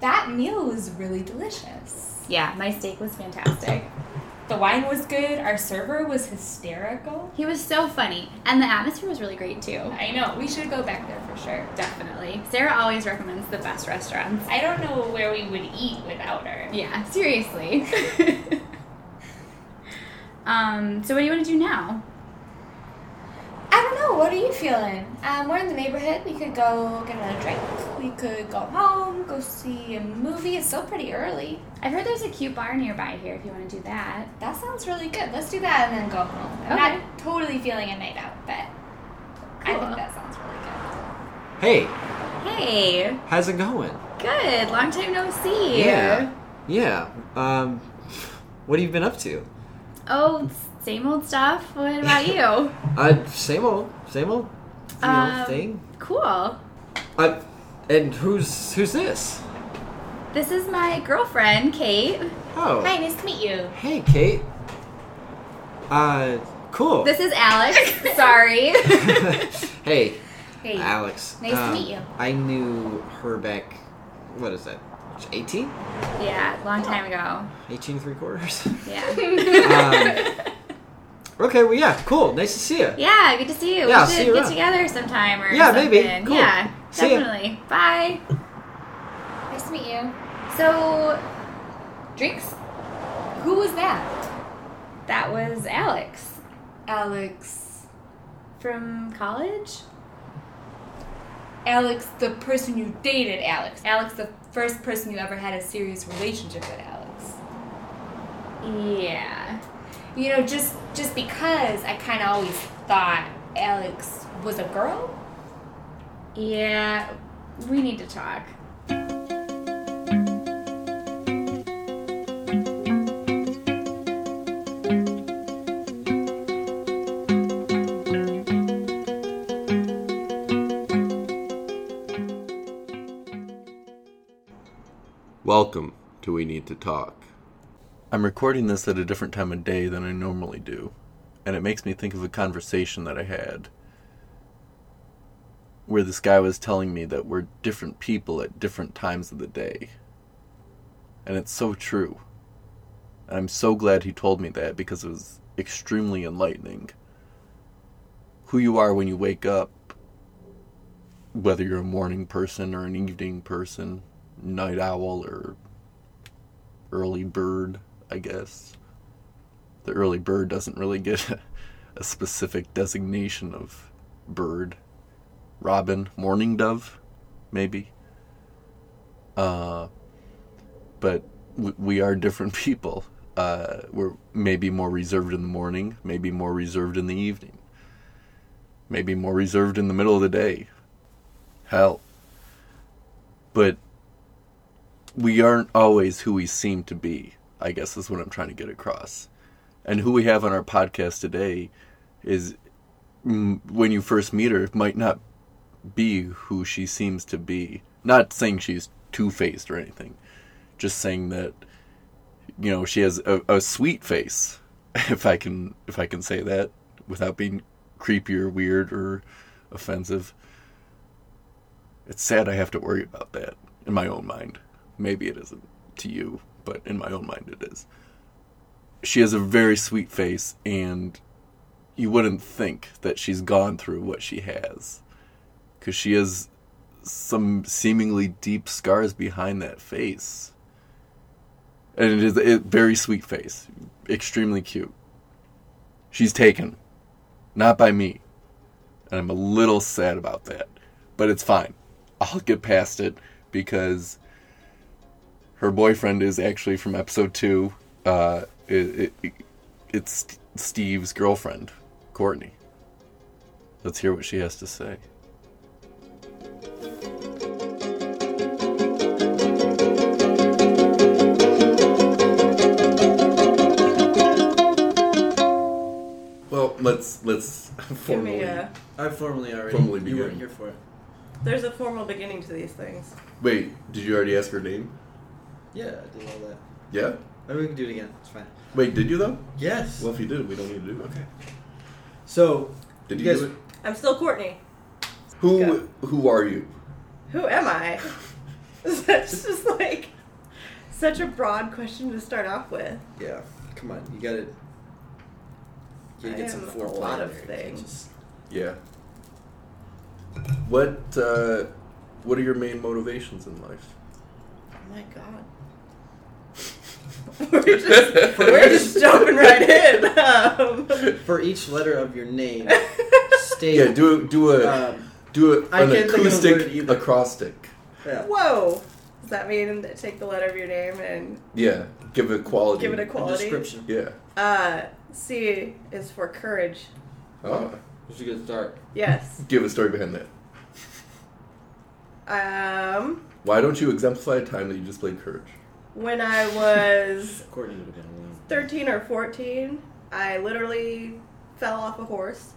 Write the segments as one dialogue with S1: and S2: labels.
S1: that meal was really delicious.
S2: Yeah, my steak was fantastic.
S1: The wine was good. Our server was hysterical.
S2: He was so funny, and the atmosphere was really great too.
S1: I know. We should go back there for sure.
S2: Definitely. Sarah always recommends the best restaurants.
S1: I don't know where we would eat without her.
S2: Yeah, seriously. um, so what do you want to do now?
S1: I don't know. What are you feeling? Um, we're in the neighborhood. We could go get a drink. We could go home, go see a movie. It's still pretty early.
S2: I've heard there's a cute bar nearby here if you want to do that.
S1: That sounds really good. Let's do that and then go home. I'm
S2: Okay.
S1: not totally feeling a night out, but I
S2: Cool.
S1: think that sounds really good.
S3: Hey,
S2: Hey,
S3: how's it going?
S2: good. Long time no see.
S3: Yeah. Um, what have you been up to?
S2: Oh, same old stuff. What about you?
S3: Uh, same old, same old, you know,
S2: Um,
S3: thing.
S2: cool.
S3: Uh, and who's who's this?
S2: This is my girlfriend, Kate.
S3: Oh,
S1: Hi, nice to meet you.
S3: hey, Kate. Uh, cool.
S2: This is Alex. Sorry.
S3: hey,
S1: Hey.
S3: Alex. Um,
S1: Nice to meet you.
S3: I knew her back. What is that? 18?
S2: yeah, long time ago.
S3: 18 three quarters.
S2: Yeah.
S3: um, okay. Well, yeah. Cool. Nice to see you.
S2: Yeah, good to see you.
S3: Yeah,
S2: we should
S3: see you
S2: get
S3: around.
S2: together sometime or
S3: Yeah,
S2: something.
S3: maybe. Cool.
S2: Yeah,
S3: See ya.
S2: definitely. Bye.
S1: Nice to meet you.
S2: So, drinks?
S1: Who was that?
S2: That was Alex
S1: Alex.
S2: from college.
S1: Alex, the person you dated, Alex. Alex, the first person you ever had a serious relationship with, Alex.
S2: Yeah.
S1: You know, just just because I kind of always thought Alex was a girl.
S2: Yeah, we need to talk.
S4: Welcome to We Need to Talk.
S5: I'm recording this at a different time of day than I normally do, and it makes me think of a conversation that I had where this guy was telling me that we're different people at different times of the day. And it's so true. And I'm so glad he told me that because it was extremely enlightening. Who you are when you wake up, whether you're a morning person or an evening person, night owl or early bird, I guess. The early bird doesn't really get a, a specific designation of bird. Robin, mourning dove, maybe. Uh, but w- we are different people. Uh, we're maybe more reserved in the morning, maybe more reserved in the evening, maybe more reserved in the middle of the day. Hell. But we aren't always who we seem to be, I guess is what I'm trying to get across. And who we have on our podcast today is, mm, when you first meet her, might not be who she seems to be. Not saying she's two faced or anything, just saying that, you know, she has a, a sweet face, if I can if I can say that without being creepy or weird or offensive. It's sad I have to worry about that in my own mind. Maybe it isn't to you, but in my own mind it is. She has a very sweet face, and you wouldn't think that she's gone through what she has. Because she has some seemingly deep scars behind that face. And it is a very sweet face, extremely cute. She's taken, not by me. And I'm a little sad about that but it's fine. I'll get past it because her boyfriend is actually from episode two. Uh, it, it, it's Steve's girlfriend, Courtney. Let's hear what she has to say.
S4: Well, let's let's
S6: Give
S4: formally.
S6: me a,
S7: I formally already.
S4: Formally
S7: you weren't
S4: begin.
S7: here for it.
S6: there's a formal beginning to these things.
S4: Wait, did you already ask her name?
S7: Yeah, I did all that.
S4: Yeah.
S7: Maybe we can do it again. It's fine.
S4: Wait, did you though?
S7: Yes.
S4: Well, if you did, we don't need to do it.
S7: okay. So,
S4: Did you,
S7: You guys-
S4: do it?
S6: I'm still Courtney.
S4: Who
S6: Go.
S4: Who are you?
S6: Who am I? That's just like such a broad question to start off with.
S7: Yeah, come on, you gotta. You gotta
S6: I
S7: get some
S6: am a
S7: foreplay.
S6: lot
S7: in
S6: of
S7: there. You can't
S6: things.
S7: just-
S4: Yeah. What uh, What are your main motivations in life?
S6: Oh my god. we're just we're just jumping right in. Um,
S7: For each letter of your name, state.
S4: Yeah, do a, do a
S7: Um,
S4: do a,
S7: I
S4: an
S7: can't think of a word
S4: acoustic
S7: either.
S4: acrostic.
S7: yeah.
S6: whoa. Does that mean that take the letter of your name and
S4: Yeah, give it quality.
S6: give it a
S7: A
S6: quality?
S7: description.
S4: yeah.
S6: Uh, C is for courage.
S4: Oh,
S7: That's a good start.
S6: Yes.
S4: give a story behind that.
S6: Um,
S4: Why don't you exemplify a time that you displayed courage?
S6: when I was
S7: Courtney would have been alone.
S6: 13 or 14, I literally fell off a horse.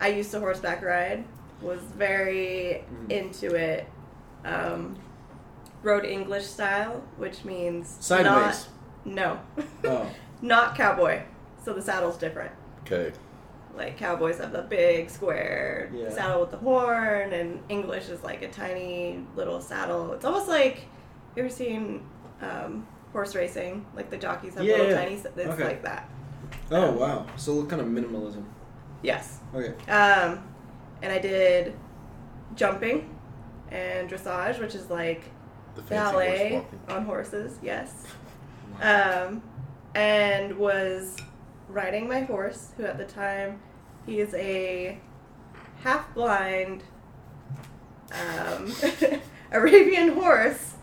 S6: I used to horseback ride, was very
S7: Mhm.
S6: into it. Um, rode English style, which means
S7: Sideways.
S6: Not, no,
S7: Oh.
S6: not cowboy. So the saddle's different.
S4: Okay.
S6: Like cowboys have the big square
S7: Yeah.
S6: saddle with the horn, and English is like a tiny little saddle. It's almost like you ever seen um, horse racing? Like the jockeys have
S7: Yeah,
S6: little
S7: yeah.
S6: tiny. It's
S7: Okay.
S6: like that.
S7: Oh wow. So look kind of minimalism.
S6: Yes.
S7: Okay.
S6: Um, and I did jumping and dressage, which is like
S4: The fancy
S6: ballet
S4: horse walking.
S6: on horses. Yes. Um, and was riding my horse, who at the time he is a half blind um, Arabian horse,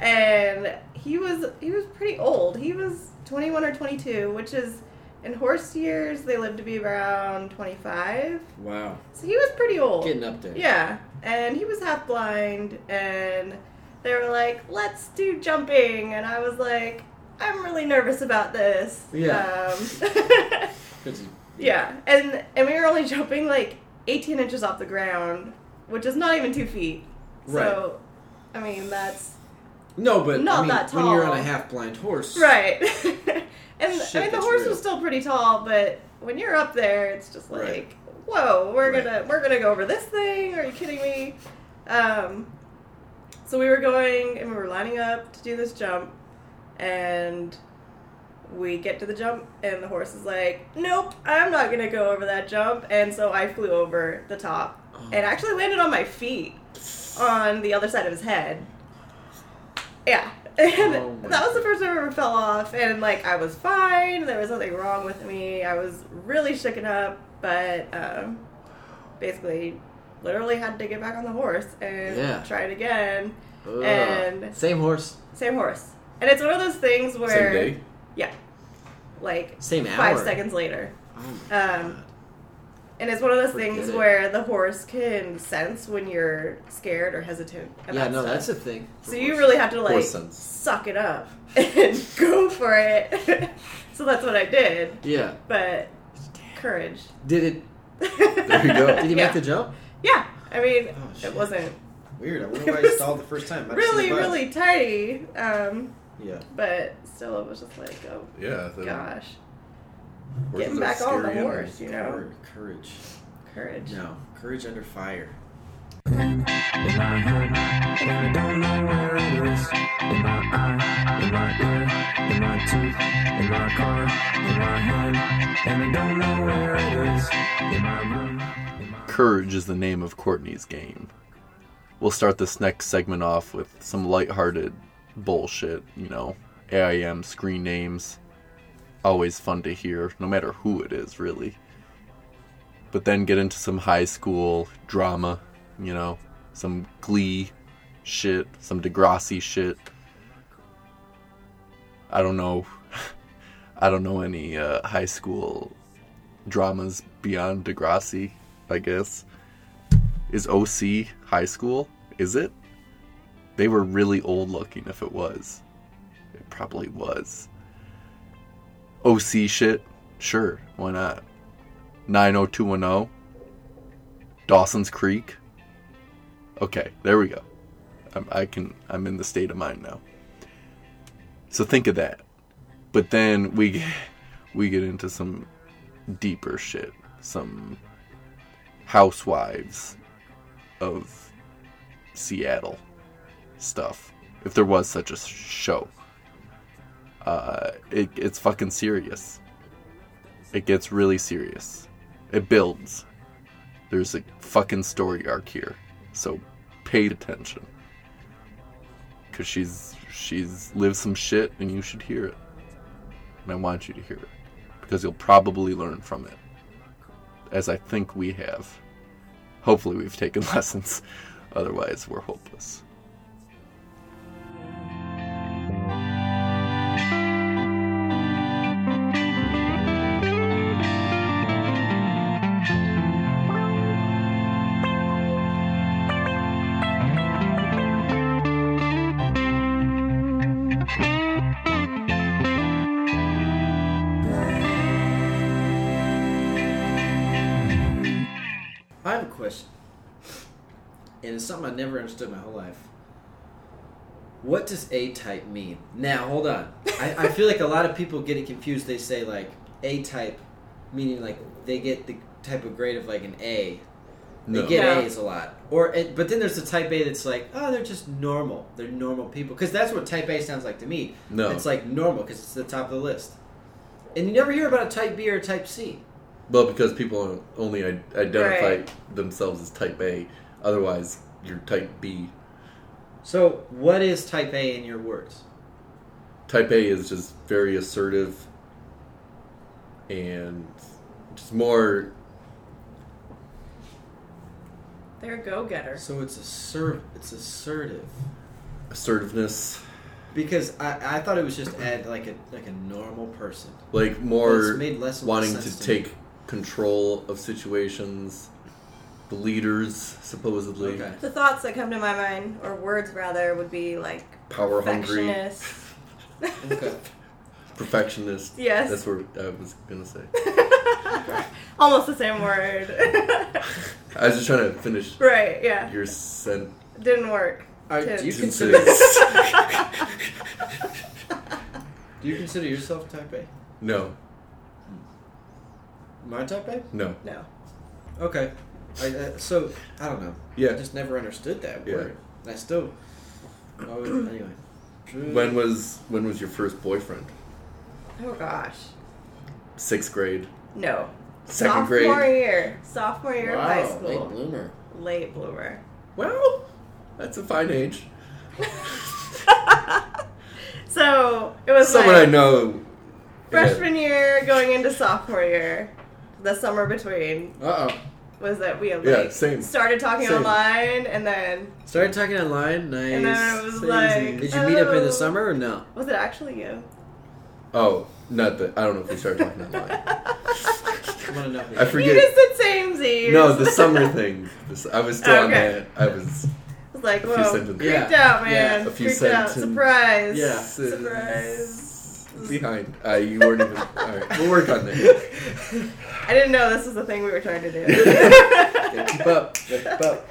S6: and he was he was pretty old. He was twenty one or twenty two, which is in horse years they live to be around twenty five.
S7: Wow.
S6: So he was pretty old.
S7: Getting up there.
S6: Yeah, and he was half blind, and they were like, "Let's do jumping," and I was like, "I'm really nervous about this."
S7: Yeah.
S6: Um,
S7: Good to-
S6: yeah, and and we were only jumping like 18 inches off the ground, which is not even two feet. So, I mean, that's
S7: No, but I
S6: Not
S7: mean,
S6: that
S7: when you're on a
S6: tall.
S7: half blind horse.
S6: right. and
S7: Shit,
S6: I mean, the
S7: that's
S6: horse
S7: real.
S6: was still pretty tall, but when you're up there, it's just like,
S7: Right.
S6: whoa, we're
S7: Right.
S6: gonna we're gonna go over this thing. Are you kidding me? Um, so we were going and we were lining up to do this jump, and we get to the jump, and the horse is like, "Nope, I'm not gonna go over that jump," and so I flew over the top
S7: Oh.
S6: and actually landed on my feet on the other side of his head. Yeah. And
S7: Oh my
S6: that was the first time I ever fell off, and like I was fine. There was nothing wrong with me. I was really shaken up, but um, basically, literally had to get back on the horse and
S7: Yeah.
S6: try it again.
S7: Ugh.
S6: And-
S7: same horse,
S6: Same horse, and it's one of those things
S4: Same
S6: where
S4: day.
S6: yeah, like
S7: same hour.
S6: five seconds later.
S7: Oh my
S6: Um,
S7: God.
S6: And it's one of those
S7: Forget
S6: things
S7: it.
S6: where the horse can sense when you're scared or hesitant. About
S7: Yeah, no,
S6: stuff.
S7: that's a thing.
S6: So you really have to like
S4: Horse sense.
S6: suck it up and go for it. so that's what I did,
S7: Yeah.
S6: but courage.
S7: Did it?
S6: there
S4: you go.
S7: Did he
S6: yeah.
S7: make the jump?
S6: Yeah, I mean,
S7: Oh, shit.
S6: it wasn't
S7: Weird. I wonder why I stalled the first time. I've seen
S6: really,
S7: the bug.
S6: really tidy, um,
S7: Yeah.
S6: but still, it was just like, oh
S4: Yeah. the
S6: gosh,
S4: horses
S6: getting
S4: are
S6: back on the
S4: scary animals.
S6: horse, you know,
S7: Cour- Courage.
S6: courage.
S7: No. Courage under fire.
S5: Courage is the name of Courtney's game. We'll start this next segment off with some lighthearted bullshit, you know, AIM screen names. Always fun to hear, no matter who it is, really. But then get into some high school drama, you know, some glee shit, some Degrassi shit. I don't know. I don't know any uh, high school dramas beyond Degrassi, I guess. Is OC high school? Is it? They were really old looking if it was. It probably was. OC shit? Sure, why not? 90210? Dawson's Creek? Okay, there we go. I'm, I can, I'm in the state of mind now. So think of that. But then we, get- we get into some deeper shit. Some housewives of Seattle stuff, if there was such a show. uh, it, it's fucking serious. It gets really serious. It builds. There's a fucking story arc here, so pay attention. Cause she's she's lived some shit, and you should hear it. And I want you to hear it, because you'll probably learn from it, as I think we have. Hopefully, we've taken lessons. Otherwise, we're hopeless.
S7: I have a question. And it's something I never understood my whole life. What does A type mean? Now, hold on. I, I feel like a lot of people get it confused. They say, like, A type, meaning, like, they get the type of grade of, like, an A. They
S5: No.
S7: get
S6: Yeah.
S7: A's a lot. Or, it, But then there's the type A that's like, oh, they're just normal. They're normal people. Because that's what type A sounds like to me.
S5: No.
S7: It's like normal because it's the top of the list. And you never hear about a type B or a type C.
S5: Well, because people only i- identify
S6: Right.
S5: themselves as type A. Otherwise, you're type B.
S7: So, what is type A in your words?
S5: Type A is just very assertive and just more.
S6: They're go getters.
S7: So it's assert it's assertive.
S5: Assertiveness,
S7: Because I, I thought it was just add like a like a normal person.
S5: like
S7: It's
S5: more
S7: made less of a
S5: wanting
S7: sense
S5: to
S7: to me.
S5: take control of situations. The leaders, supposedly,
S7: Okay.
S6: The thoughts that come to my mind, or words rather, would be like
S5: power hungry,
S6: perfectionist.
S7: Okay.
S5: perfectionist.
S6: Yes.
S5: that's what I was gonna say.
S6: Almost the same word.
S5: I was just trying to finish
S6: right, yeah.
S5: your sentence.
S6: Didn't work.
S7: Are-
S6: Tips.
S7: do you consider do you consider yourself type A?
S5: no,
S7: My type A?
S5: no,
S6: No.
S7: Okay. I, uh, so I don't know. I
S5: yeah.
S7: just never understood that
S5: Yeah.
S7: word. I still. I would- anyway.
S5: When was when was your first boyfriend?
S6: Oh gosh.
S5: Sixth grade,
S6: No.
S5: second
S6: Sophomore
S5: grade.
S6: year. Sophomore year of high
S7: wow,
S6: school.
S7: late bloomer.
S6: Late bloomer.
S5: Well, that's a fine age.
S6: so it was
S5: Someone
S6: like
S5: I know.
S6: freshman year going into sophomore year, the summer between
S7: Uh oh.
S6: was that we had
S5: Yeah,
S6: like
S5: same.
S6: started talking
S5: Same.
S6: online and then
S7: Started talking online. Nice.
S6: And then it was
S7: Easy.
S6: like,
S7: Did you meet up in
S6: oh.
S7: the summer or no?
S6: was it actually you?
S5: Oh, not that. I don't know if we started talking online.
S7: I want to know.
S5: I
S6: You just
S5: forget.
S6: said samesies.
S5: No, the summer thing. This, I was still on that.
S6: Okay.
S5: I was
S6: It was like,
S5: a few
S6: whoa,
S5: sentences.
S6: freaked
S7: Yeah.
S6: out, man.
S5: a few
S6: freaked out.
S5: sentences.
S6: Surprise.
S7: Yeah.
S6: Surprise.
S5: behind. Uh, you weren't even. All right, we'll work on that.
S6: I didn't know this was the thing we were trying to do.
S5: Gotta keep up. Gotta keep up.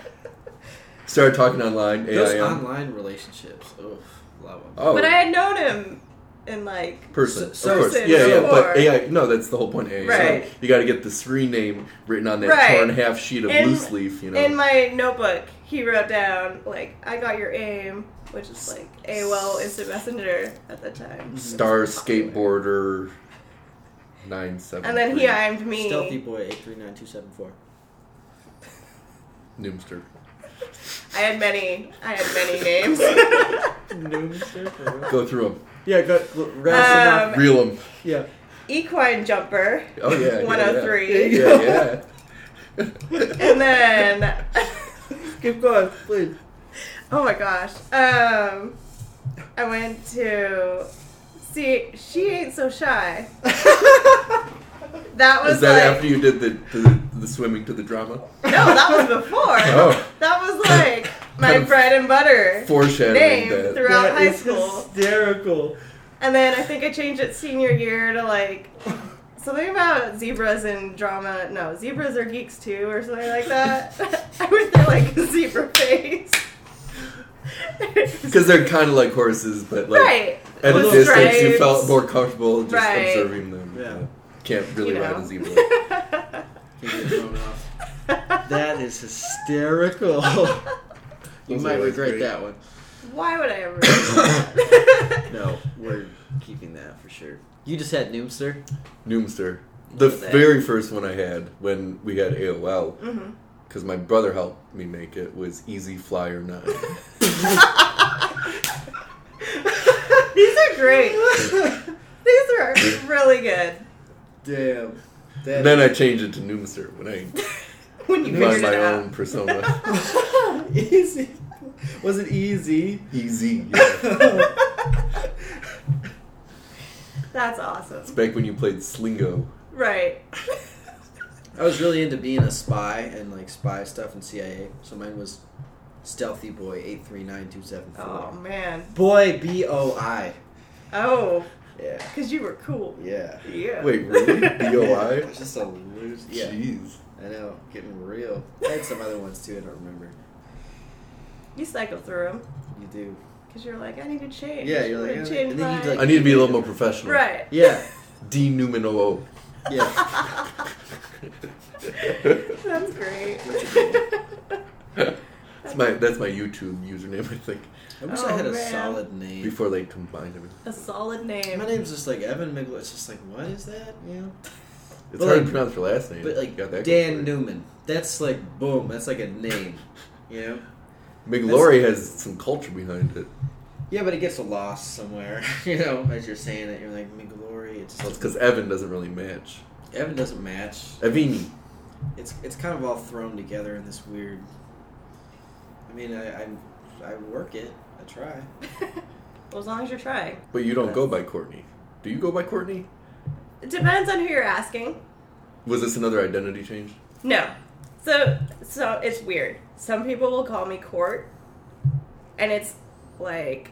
S5: Started talking online.
S7: Those
S5: AIM.
S7: online relationships. Oof, love 'em.
S5: Oh,
S6: But I had known him in like
S5: person.
S7: So-
S5: of course.
S6: person
S5: yeah, yeah,
S6: before.
S5: but AI, no, that's the whole point. of AI.
S6: Right.
S5: So you got to get the screen name written on that
S6: Right.
S5: torn half sheet of
S6: In-
S5: loose leaf, you know.
S6: in my notebook. He wrote down like I got your aim, which is like AOL Instant Messenger at the time.
S5: Star skateboarder nine seven.
S6: And then he aimed me.
S7: Stealthy boy eight three nine two seven four.
S5: Noomster.
S6: I had many. I had many names.
S5: Go through them.
S7: Yeah, got
S6: Um,
S5: Reel them.
S7: Yeah.
S6: Equine jumper,
S5: Oh yeah. yeah,
S6: 103.
S5: Yeah, yeah.
S6: and then
S7: Keep going, please.
S6: oh my gosh, um, I went to see she ain't so shy. that was
S5: Is that
S6: like
S5: after you did the, the the swimming to the drama?
S6: no, that was before.
S5: Oh,
S6: That was like my
S5: Kind of
S6: bread and butter
S5: foreshadowing
S6: name
S5: that.
S6: throughout high school.
S7: hysterical.
S6: And then I think I changed it senior year to like something about zebras and drama. No, zebras are geeks too, or something like that. I would say like zebra face.
S5: Because they're kind of like horses, but like
S6: right.
S5: at a
S6: With
S5: distance, you
S6: stripes.
S5: felt more comfortable just
S6: Right.
S5: observing them.
S7: Yeah.
S5: Can't really
S6: You
S5: ride
S6: know.
S5: a zebra.
S7: That is hysterical. you
S5: Those
S7: might
S5: are always
S7: regret
S5: great.
S7: that one.
S6: Why would I ever? do that?
S7: No, we're keeping that. sure. You just had Noomster.
S5: Noomster.
S7: What
S5: The
S7: was that?
S5: very first one I had when we had AOL,
S6: Mm-hmm.
S5: because my brother helped me make it, was Easy Flyer 9.
S6: These are great. These are really good.
S7: Damn. That
S5: then I changed it to Noomster when I
S6: When you
S5: designed
S6: figured
S5: my
S6: it
S5: own
S6: out.
S5: persona.
S7: easy. Was it easy?
S5: Easy. yeah.
S6: That's awesome.
S5: It's back when you played Slingo.
S6: Right.
S7: I was really into being a spy and like spy stuff and CIA. So mine was Stealthy Boy eight three nine two seven
S6: Oh
S7: four.
S6: man.
S7: Boy B O I.
S6: Oh,
S7: Yeah.
S6: because you were cool.
S7: Yeah.
S6: Yeah.
S5: Wait, really?
S7: Yeah, I
S5: BOI?
S7: was just a loser. Yeah.
S5: Jeez.
S7: I know. Getting real. I had some other ones too. I don't remember.
S6: You cycle through them
S7: You do.
S6: because you're like, I need to change.
S7: Yeah, you're
S6: I'm
S7: like,
S6: gonna
S7: "Yeah."
S6: change
S7: And then you'd
S6: my-"
S5: I need to be a little more professional.
S6: right.
S7: Yeah.
S5: D Newman 00.
S7: Yeah.
S6: That's great.
S5: That's my, that's my YouTube username, I think,
S7: I wish
S6: Oh,
S7: I had a
S6: man.
S7: solid name.
S5: before they combined everything.
S6: a solid
S7: My
S6: name.
S7: name's just like Evan Migler. It's just like, what is that? You know?
S5: It's
S7: But
S5: hard
S7: like-
S5: to pronounce your last name.
S7: But like
S5: You got that
S7: Dan
S5: going for you.
S7: Newman. That's like boom. That's like a name. You know?
S5: McLaury has some culture behind it.
S7: Yeah, but it gets lost somewhere. You know, as you're saying it, you're like McGlory. It's
S5: Well, it's because Evan doesn't really match.
S7: Evan doesn't match.
S5: Evini.
S7: It's it's kind of all thrown together in this weird. I mean, I I, I work it. I try.
S6: well, as long as you're trying.
S5: But you don't go by Courtney. Do you go by Courtney?
S6: It depends on who you're asking.
S5: Was this another identity change?
S6: No. So so it's weird. Some people will call me Court, and it's like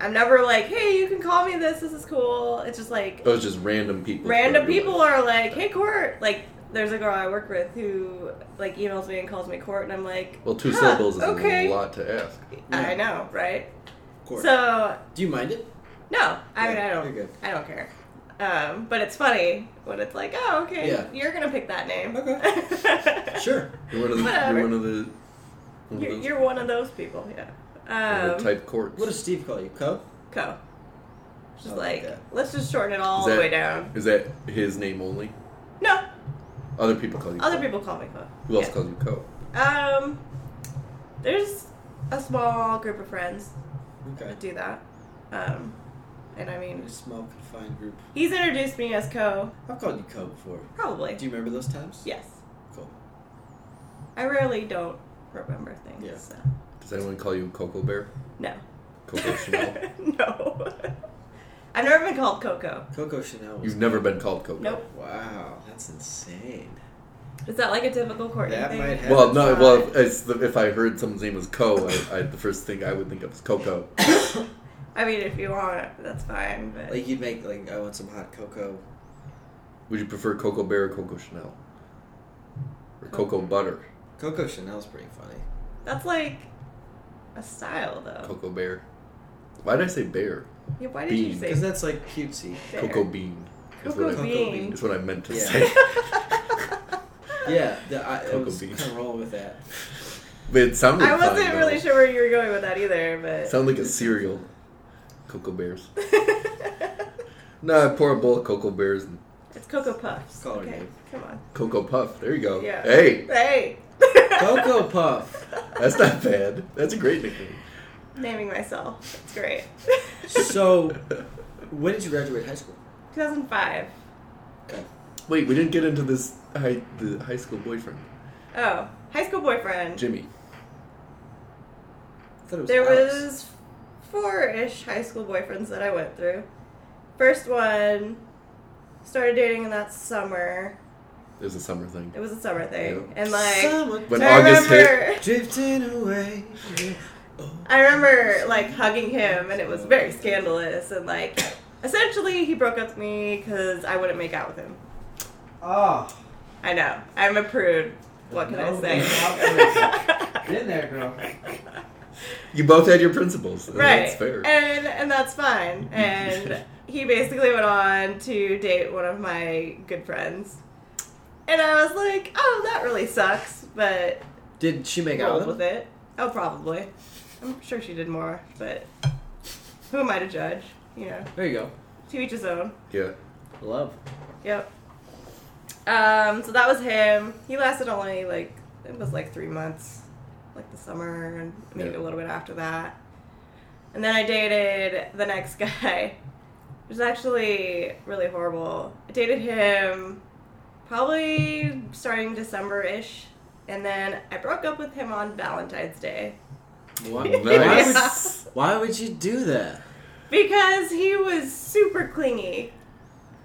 S6: I'm never like, hey, you can call me this. This is cool. It's just like
S5: That was just random people.
S6: random
S5: throughout your
S6: people
S5: life.
S6: are like, hey, Court. Like there's a girl I work with who like emails me and calls me Court, and I'm like,
S5: Well, two
S6: huh,
S5: syllables is
S6: okay.
S5: a lot to ask.
S6: I know, right?
S7: Court.
S6: So
S7: Do you mind it?
S6: no, I mean,
S7: Yeah,
S6: I don't,
S7: you're good.
S6: I don't care. Um, but it's funny when it's like, oh, okay,
S7: Yeah.
S6: you're gonna pick that name.
S7: Okay. Sure.
S5: You're one of the.
S6: Whatever.
S5: You're one of the. One
S6: You're,
S7: Mm-hmm.
S5: of those,
S6: you're one of those people, yeah.
S5: one
S6: Um,
S5: of the type courts.
S7: What does Steve call you? Cub?
S6: co. Just
S7: Oh,
S6: like,
S7: okay.
S6: let's just shorten it all
S5: Is
S6: the
S5: that-
S6: way down.
S5: Is that his name only?
S6: No,
S5: Other people call you.
S6: other
S5: Co.
S6: people call me co.
S5: Who else
S6: yeah.
S5: calls you Co?
S6: Um, there's a small group of friends
S7: Okay.
S6: that do that. Um, and I mean,
S7: A small confined group.
S6: he's introduced me as co,
S7: I've called you Cub before.
S6: probably.
S7: Do you remember those times?
S6: yes.
S7: Cool.
S6: I rarely don't remember things.
S7: Yeah.
S6: So.
S5: Does anyone call you Coco Bear?
S6: No.
S5: Coco Chanel.
S6: no. I've never been called Coco.
S7: Coco Chanel. Was
S5: You've never been called Coco.
S6: Nope.
S7: Wow, that's insane.
S6: Is that like a typical Courtney
S7: That
S6: thing?
S7: might happen.
S5: Well, no. Well, if, it's the, if I heard someone's name was Co, I, I, the first thing I would think of is Coco.
S6: I mean, if you want, that's fine. But
S7: Like you'd make like I want some hot cocoa.
S5: Would you prefer Coco Bear or Coco Chanel? Or Cocoa Butter?
S7: Coco Chanel's pretty funny.
S6: That's like a style, though.
S5: Cocoa Bear. Why did I say bear?
S6: Yeah, why did you
S5: Bean.
S6: say
S7: Because that's like cutesy.
S6: bear?
S5: Cocoa Bean. Is
S6: Cocoa
S5: what, I,
S6: bean.
S7: bean.
S5: is what I meant to
S7: Yeah.
S5: say.
S7: Yeah, the, I, I
S5: Cocoa
S7: was
S5: bean.
S7: kind of rolling with that.
S5: But it sounded
S6: I wasn't
S5: fine,
S6: really
S5: though.
S6: sure where you were going with that either,
S5: It
S6: but
S5: sounded like a cereal. Cocoa Bears. Nah, I pour a bowl of Cocoa Bears and
S6: it's Cocoa Puffs.
S7: Call her
S6: okay,
S7: name.
S6: come on.
S5: Cocoa Puff. There you go.
S6: Yeah.
S5: Hey,
S6: Hey,
S7: Cocoa Puff.
S5: that's not bad. That's a great nickname.
S6: naming myself. It's great.
S7: So, when did you graduate high school?
S6: 2005.
S5: Wait, we didn't get into this high, the high school boyfriend,
S6: Oh, high school boyfriend.
S5: Jimmy.
S7: I thought it was
S6: There
S7: Alex.
S6: was four-ish high school boyfriends that I went through. First one started dating in that summer.
S5: It was a summer thing.
S6: It was a summer thing,
S5: Yeah.
S6: and like
S7: Summer
S5: When
S6: I
S5: August hit-
S6: remember.
S7: drifting away.
S6: I remember like hugging him, and it was very scandalous. And like, essentially, he broke up with me because I wouldn't make out with him.
S7: Oh,
S6: I know I'm a prude. What can
S7: No,
S6: I say?
S7: in there, girl.
S5: You both had your principles. and
S6: right,
S5: That's fair.
S6: and and that's fine. And he basically went on to date one of my good friends, and I was like, oh, that really sucks, but
S7: Did she make out
S6: rolled
S7: with
S6: with
S7: him?
S6: it. Oh, probably. I'm sure she did more, but who am I to judge? You know.
S7: There you go.
S6: To each his own.
S5: Yeah.
S7: Love.
S6: Yep. Um, so that was him. He lasted only like it was like three months, like the summer and maybe
S5: Yeah.
S6: a little bit after that. And then I dated the next guy, which is actually really horrible. I dated him probably starting December ish, and then I broke up with him on Valentine's Day
S7: Why,
S6: Nice.
S7: why, would, why would you do that?
S6: because he was super clingy,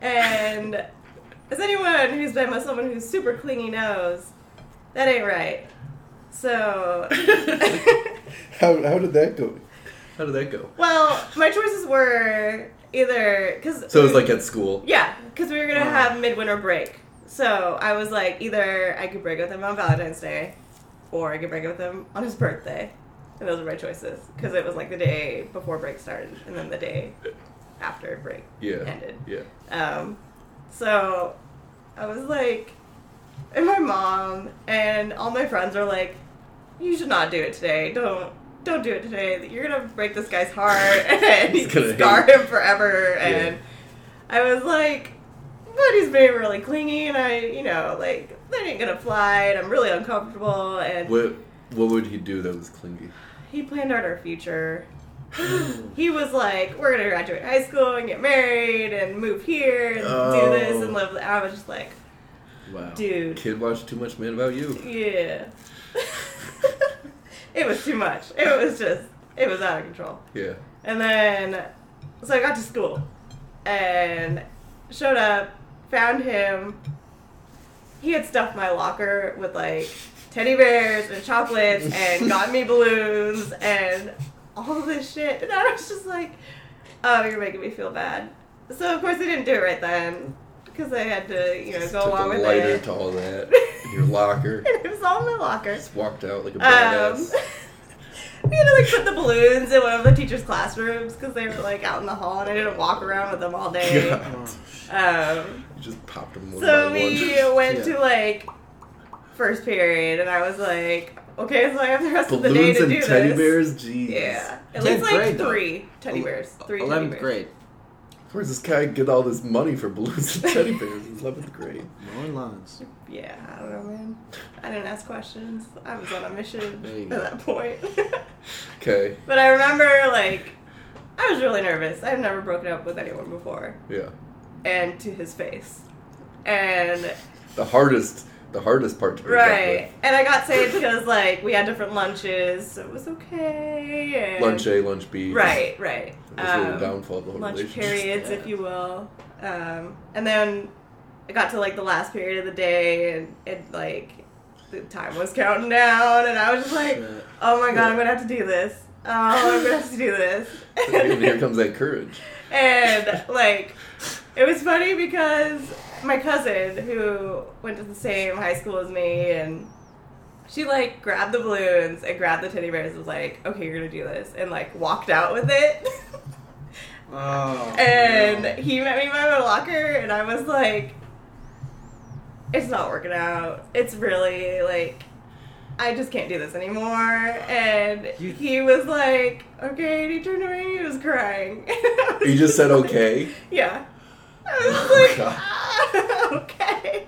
S6: and. As anyone who's been with someone who's super clingy knows, that ain't right. So,
S5: How, how did that go? How did that go?
S6: well, my choices were either because
S5: So it was like at school.
S6: yeah, because we were gonna have midwinter break. So I was like, either I could break with him on Valentine's Day, or I could break with him on his birthday, and those were my choices because it was like the day before break started and then the day after break
S5: Yeah.
S6: ended.
S5: Yeah.
S6: Um, so I was like, and my mom and all my friends are like, you should not do it today. Don't don't do it today. You're gonna break this guy's heart and
S5: He's
S6: you can
S5: gonna
S6: scar
S5: hate.
S6: him forever. And I was like, but he's being really clingy, and I, you know, like that ain't gonna fly. And I'm really uncomfortable. And
S5: What What would he do that was clingy?
S6: he planned out our future. he was like, "We're gonna graduate high school and get married and move here and
S5: Oh.
S6: do this and live." I was just like,
S7: Wow.
S6: "Dude,
S5: Kid watched too much Man About You.
S6: yeah." it was too much. It was just, it was out of control.
S5: Yeah.
S6: And then, so I got to school and showed up, found him. He had stuffed my locker with like teddy bears and chocolates and got me balloons and all this shit. And I was just like, oh, you're making me feel bad. So, of course, I didn't do it right then because I had to, you know,
S5: Just
S6: go
S5: took
S6: along
S5: a
S6: with
S5: lighter
S6: it.
S5: to all that. in your locker.
S6: and it was all in my locker.
S5: Just walked out like a
S6: Um,
S5: badass.
S6: we had to like put the balloons in one of the teachers' classrooms because they were like out in the hall, and I didn't walk around with them all day.
S5: God.
S6: Um,
S5: You just popped him one
S6: so
S5: by
S6: we
S5: one.
S6: went
S5: Yeah.
S6: to like first period, and I was like, okay, so I have the rest of the day
S5: balloons
S6: to
S5: and
S6: do
S5: teddy
S6: this.
S5: bears. Jeez.
S6: Yeah, at
S7: Tenth
S6: least like
S7: grade, though.
S6: three teddy
S7: Ele-
S6: bears. Three teddy
S7: Eleventh
S6: bears.
S7: grade.
S5: Where's this guy get all this money for balloons and teddy bears? He's eleventh grade.
S7: Mowing lawns.
S6: Yeah, I don't know, man. I didn't ask questions. I was on a
S7: There you
S6: mission
S7: go.
S6: at that point.
S5: Okay.
S6: but I remember like I was really nervous. I've never broken up with anyone before.
S5: Yeah.
S6: and to his face. And
S5: The hardest. The hardest part to break up
S6: right. And I got saved because like we had different lunches, so it was okay.
S5: with.
S6: And,
S5: Lunch A, lunch B.
S6: Right, right.
S5: That's really the
S6: Um,
S5: downfall of the whole
S6: lunch
S5: relationship.
S6: periods, if you will. Um, and then I got to like the last period of the day and it like the time was counting down and I was just like,
S7: Shit.
S6: Oh my god, I'm gonna have to do this. Oh, I'm gonna have to do this.
S5: and here comes that courage.
S6: and like it was funny because my cousin who went to the same high school as me and she like grabbed the balloons and grabbed the teddy bears and was like okay you're gonna do this and like walked out with it
S7: Oh.
S6: and
S7: no.
S6: he met me by my locker and i was like it's not working out it's really like i just can't do this anymore and
S7: You-
S6: he was like okay and he turned away and he was crying
S5: You just said okay.
S6: Yeah. I was
S5: Oh,
S6: like,
S5: God.
S6: "Ah, okay.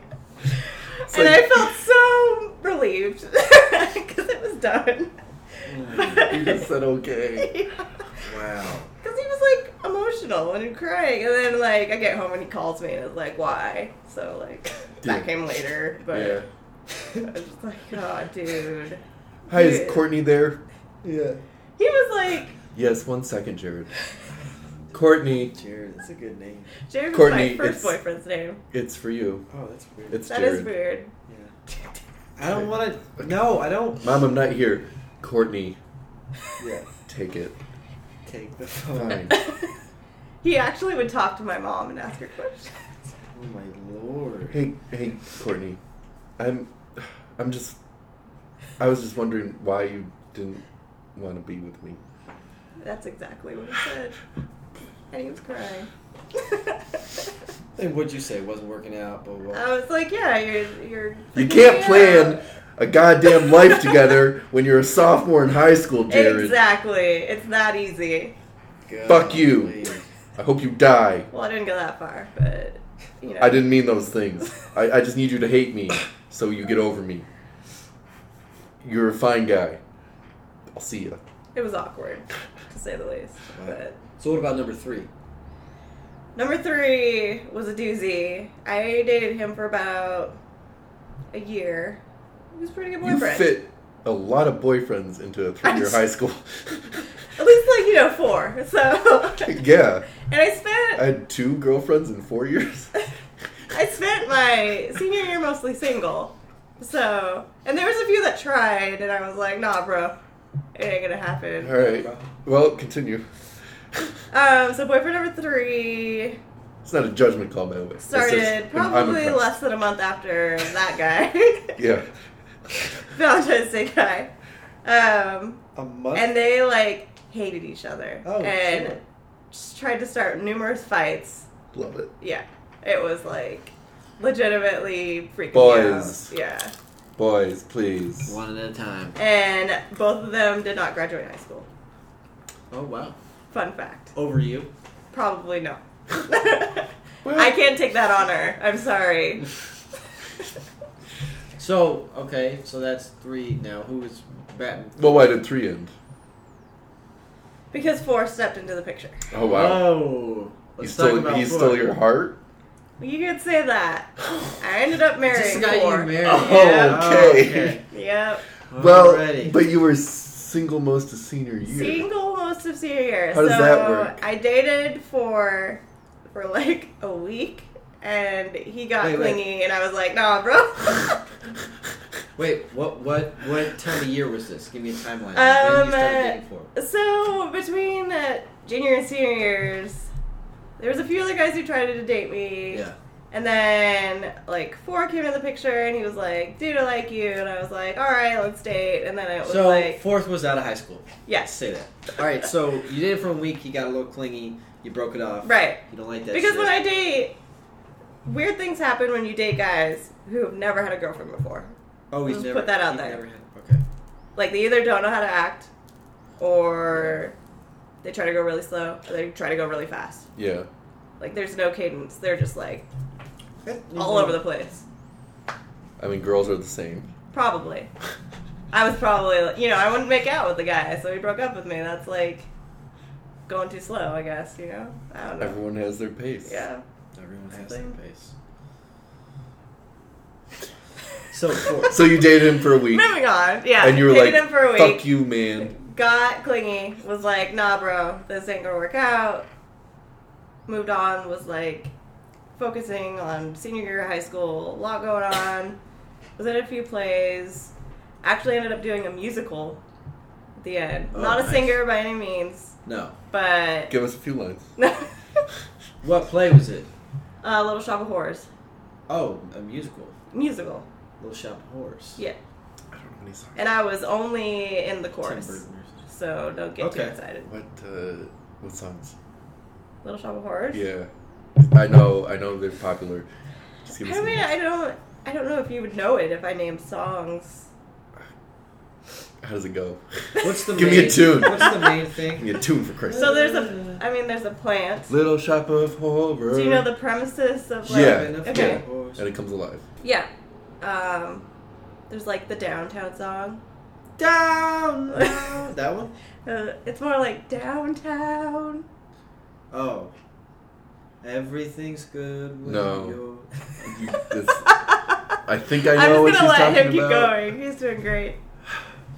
S5: It's
S6: and
S5: like-
S6: I felt so relieved because it was done.
S5: You just said okay.
S6: Because
S7: Wow.
S6: he was like emotional and crying, and then like I get home and he calls me and is like, "Why?" So like
S5: Yeah.
S6: that came later,
S5: Yeah.
S6: but I was just like, "God, dude."
S5: Hi,
S6: Yeah.
S5: is Courtney there? Yeah.
S6: He was like,
S5: Yes, one second, Jared. Courtney,
S7: Jared, that's a good name.
S6: "Jared was
S5: Courtney,
S6: my first
S5: it's-
S6: boyfriend's name."
S5: it's for you.
S7: Oh, that's weird.
S5: It's
S6: That
S5: Jared.
S6: is weird.
S7: yeah. I don't want to. No, I don't.
S5: Mom, I'm not here. Courtney,
S7: Yeah.
S5: take it.
S7: Take the phone.
S5: Fine.
S6: He actually would talk to my mom and ask her questions.
S7: Oh my lord.
S5: hey, hey, Courtney. I'm, I'm just, I was just wondering why you didn't want to be with me.
S6: That's exactly what he said. And he was crying.
S7: And what'd you say? Wasn't working out, but what?
S6: I was like, yeah, you're. you're
S5: You can't
S6: Yeah.
S5: plan a goddamn life together when you're a sophomore in high school, Jared.
S6: Exactly. It's that easy.
S7: God,
S5: Fuck you.
S7: please.
S5: I hope you die.
S6: Well, I didn't go that far, but you know.
S5: I didn't mean those things. I, I just need you to hate me so you get over me. You're a fine guy. I'll see you.
S6: It was awkward, to say the least. But
S7: So what about number three?
S6: number three was a doozy. I dated him for about a year. He was a pretty good
S5: You
S6: boyfriend.
S5: fit a lot of boyfriends into a three year
S6: just-
S5: high school.
S6: At least like you know four. So and
S5: yeah.
S6: I spent
S5: I had two girlfriends in four years.
S6: I spent my senior year mostly single. So, and there was a few that tried, and I was like, nah, bro, it ain't gonna happen.
S5: Alright. Well, continue.
S6: Um, so boyfriend number three
S5: It's not a judgment call, by the way. It's just-
S6: started
S5: I'm- I'm
S6: probably
S5: impressed.
S6: less than a month after that guy,
S5: Yeah.
S6: Valentine's Day guy. Um,
S7: A month.
S6: and they like hated each other
S7: Oh,
S6: and
S7: sure.
S6: just tried to start numerous fights.
S5: Love it.
S6: Yeah, it was like legitimately freaking
S5: Boys.
S6: Me out. Yeah.
S5: Boys, please.
S7: One at a time.
S6: and both of them did not graduate high school.
S7: Oh wow.
S6: Fun fact.
S7: Over you.
S6: Probably no.
S5: Well-
S6: I can't take that honor. I'm sorry.
S7: So okay, so that's three now. Who is batting?
S5: Well, why did three end?
S6: because four stepped into the picture.
S5: Oh, wow.
S7: Whoa.
S5: he's
S7: Let's
S5: still,
S7: talk about
S5: he's
S7: four.
S5: still your heart?
S6: You could say that. I ended up
S7: Is this
S6: marrying
S7: the guy
S6: four.
S7: you married?
S5: Oh, okay.
S6: Yep.
S5: Well,
S7: Alrighty.
S5: but you were single most of senior year.
S6: Single most of senior year.
S5: How
S6: so
S5: does that work?
S6: I dated for for like a week and he got
S7: Wait, wait.
S6: clingy and I was like, nah bro.
S7: Wait, what? What? What time of year was this? Give me a timeline. when
S6: Um,
S7: you started dating for?
S6: So between uh, junior and senior years, there was a few other guys who tried to date me.
S7: Yeah.
S6: And then like four came in the picture, and he was like, "Dude, I like you," and I was like, "All right, let's date." And then it was
S7: So
S6: like,
S7: fourth was out of high school.
S6: "Yes,
S7: Say that. All right. So you did it for a week. You got a little clingy. You broke it off.
S6: right."
S7: You don't like that.
S6: Because
S7: shit.
S6: when I date, weird things happen when you date guys who have never had a girlfriend before.
S7: oh, he's
S6: Let's
S7: never
S6: put that out
S7: he's
S6: there.
S7: never had- okay.
S6: Like they either don't know how to act, or they try to go really slow, or they try to go really fast.
S5: Yeah.
S6: Like there's no cadence. They're just like all
S7: Mm-hmm.
S6: over the place.
S5: I mean, girls are the same.
S6: Probably. I was probably, you know, I wouldn't make out with the guy, so he broke up with me. That's like going too slow, I guess, you know? I don't know.
S5: Everyone has their pace.
S6: Yeah.
S7: Everyone has
S6: Exactly.
S7: their pace. So fourth.
S5: So you dated him for a week,
S6: Moving on. Yeah.
S5: and you were
S6: dated
S5: like,
S6: him for a week.
S5: "Fuck you, man."
S6: Got clingy. Was like, nah, bro, this ain't gonna work out. Moved on. Was like focusing on senior year of high school. A lot going on. Was in a few plays. Actually ended up doing a musical at the end.
S7: Oh,
S6: Not a
S7: nice.
S6: singer by any means,
S7: no.
S6: but
S5: Give us a few lines.
S7: What play was it?
S6: uh, Little Shop of Horrors
S7: Oh, a musical.
S6: musical.
S7: Little Shop of Horrors.
S6: Yeah,
S5: I don't know any songs.
S6: and I was only in the
S7: Tim
S6: chorus,
S7: Burton or something.
S6: so don't get too
S7: Okay.
S6: excited.
S5: What uh, what songs?
S6: Little Shop of Horrors.
S5: Yeah, I know, I know they're popular. Just give us
S6: I
S5: some
S6: mean,
S5: hints.
S6: I don't, I don't know if you would know it if I named songs.
S5: How does it go?
S7: What's the
S5: Give
S7: main,
S5: me a tune.
S7: What's the main
S5: Give
S7: thing?
S5: me a tune for Christ's
S6: So there's a, I mean, there's a plant.
S5: sake. Little Shop of Horrors.
S6: Do you know the premises of like?
S5: Yeah.
S7: Enough
S6: Okay.
S7: horse.
S5: And it comes alive.
S6: Yeah. Um, there's like the downtown song.
S7: Down. down. that one.
S6: Uh, it's more like downtown.
S7: Oh. Everything's good. When
S5: No.
S7: You're...
S5: You- it's- I think I
S6: I'm
S5: know what
S6: just
S5: she's
S6: gonna let him
S5: talking
S6: keep
S5: about.
S6: going. He's doing great.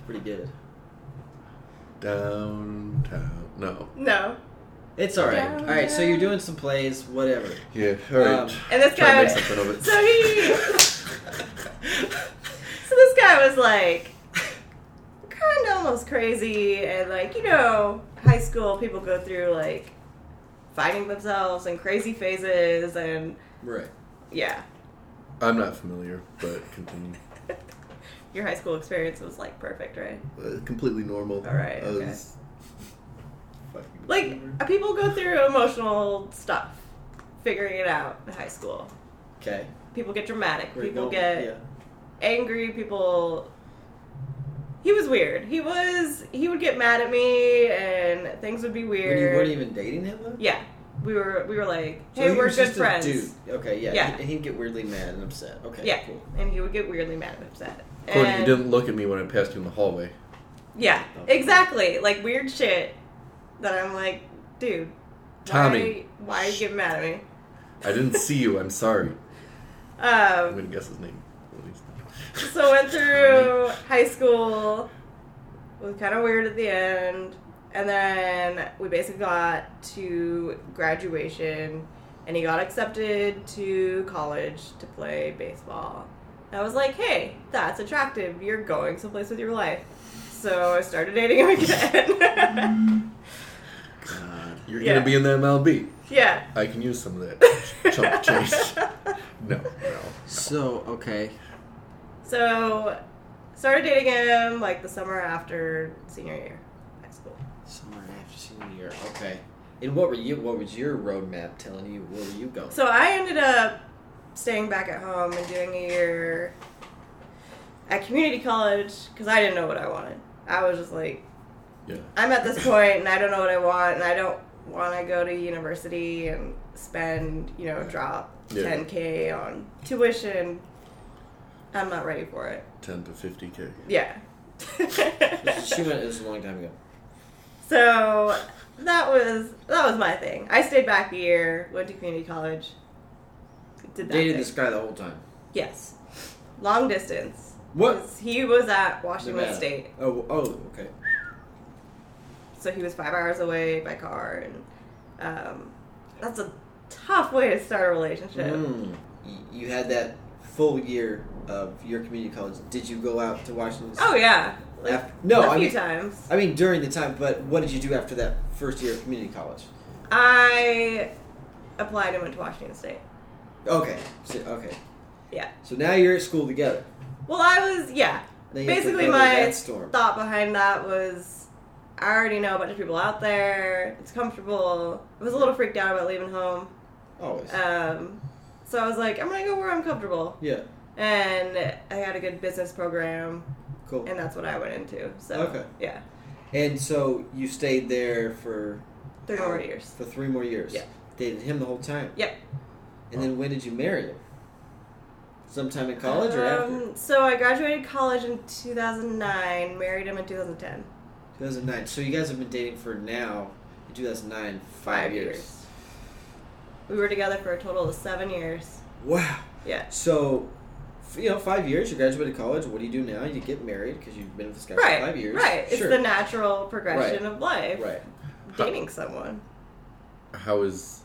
S7: Pretty good.
S5: Downtown. No.
S6: No.
S7: It's all right.
S6: Down,
S7: all right. So
S6: down.
S7: you're doing some plays. Whatever.
S5: Yeah. All right.
S7: Um,
S6: And this
S5: Try to
S6: guy.
S5: make something of it.
S6: So he. so this guy was like, kind of almost crazy, and like you know, high school people go through like finding themselves and crazy phases, and
S7: Right.
S6: yeah,
S5: I'm not familiar, but continue.
S6: your high school experience was like perfect, right?
S5: Uh, completely normal. Uh,
S6: All right,
S5: I
S6: okay.
S5: was-
S7: Fucking
S6: Like
S7: Mm-hmm.
S6: people go through emotional stuff, figuring it out in high school.
S7: Okay.
S6: People get dramatic.
S7: We're
S6: people
S7: going-
S6: get
S7: yeah.
S6: angry people he was weird he was he would get mad at me and things would be
S7: When you
S6: weird
S7: weren't even dating him though?
S6: yeah we were we were like,
S7: So
S6: hey,
S7: he
S6: we're
S7: was
S6: good
S7: just a
S6: friends.
S7: Dude. Okay, yeah.
S6: Yeah.
S7: He, he'd get weirdly mad and upset. Okay,
S6: Yeah.
S7: cool.
S6: And he would get weirdly mad and upset.
S4: Cody,
S6: And-
S4: you didn't look at me when I passed you in the hallway.
S6: Yeah, exactly. Like weird shit that I'm like, dude,
S4: Tommy.
S6: why, why you get mad at me?
S4: I didn't see you. I'm sorry. I'm
S6: Um,
S4: gonna guess his name. At least.
S6: so went through high school. Was kind of weird at the end, and then we basically got to graduation, and he got accepted to college to play baseball. And I was like, hey, that's attractive. You're going someplace with your life. So I started dating him again.
S7: God.
S4: You're
S6: Yeah.
S4: gonna be in the MLB.
S6: yeah.
S4: I can use some of that chump change. No, no.
S7: So okay,
S6: so, started dating him like the summer after senior year of high school.
S7: somewhere after senior year. Okay. And what were you? What was your roadmap telling you? Where were you going?
S6: So I ended up staying back at home and doing a year at community college because I didn't know what I wanted. I was just like,
S4: Yeah.
S6: I'm at this point and I don't know what I want and I don't want to go to university and spend, you know, drop
S4: Yeah.
S6: 10k on tuition. I'm not ready for it.
S4: Ten to fifty k.
S6: Yeah.
S7: She went. It was a long time ago.
S6: So that was that was my thing. I stayed back a year, went to community college, did that.
S7: Dated
S6: thing.
S7: this guy the whole time.
S6: Yes, long distance.
S7: What?
S6: 'Cause He was at Washington
S7: Nevada.
S6: State,
S7: Oh, oh, okay.
S6: so he was five hours away by car, and um, that's a tough way to start a relationship.
S7: Mm. Y- You had that full year of your community college. Did you go out to Washington?
S6: Oh yeah, like,
S7: After, no,
S6: a
S7: I
S6: few
S7: mean,
S6: times.
S7: I mean during the time. But what did you do after that first year of community college?
S6: I applied and went to Washington State.
S7: Okay. So, okay.
S6: Yeah.
S7: So now you're at school together.
S6: Well, I was yeah.
S7: Then you have to
S6: Basically
S7: weather
S6: my
S7: that storm.
S6: thought behind that was I already know a bunch of people out there. It's comfortable. I was a little freaked out about leaving home.
S7: Always.
S6: Um, so I was like, I'm going to go where I'm comfortable.
S7: yeah.
S6: And I had a good business program,
S7: Cool.
S6: and that's what I went into. So,
S7: Okay.
S6: yeah,
S7: And so you stayed there for
S6: three more years.
S7: for three more years.
S6: Yeah.
S7: Dated him the whole time.
S6: Yep.
S7: And then when did you marry him? Sometime in college or after?
S6: Um, so I graduated college in 2009, married him in 2010.
S7: 2009. So you guys have been dating for now, in 2009, five, years.
S6: We were together for a total of seven years.
S7: Wow.
S6: Yeah.
S7: So, f- you know, five years, you graduated college. What do you do now? You get married because you've been with this guy
S6: Right.
S7: for five years.
S6: Right.
S7: Sure.
S6: It's the natural progression of life.
S7: Right.
S6: Dating someone.
S4: How is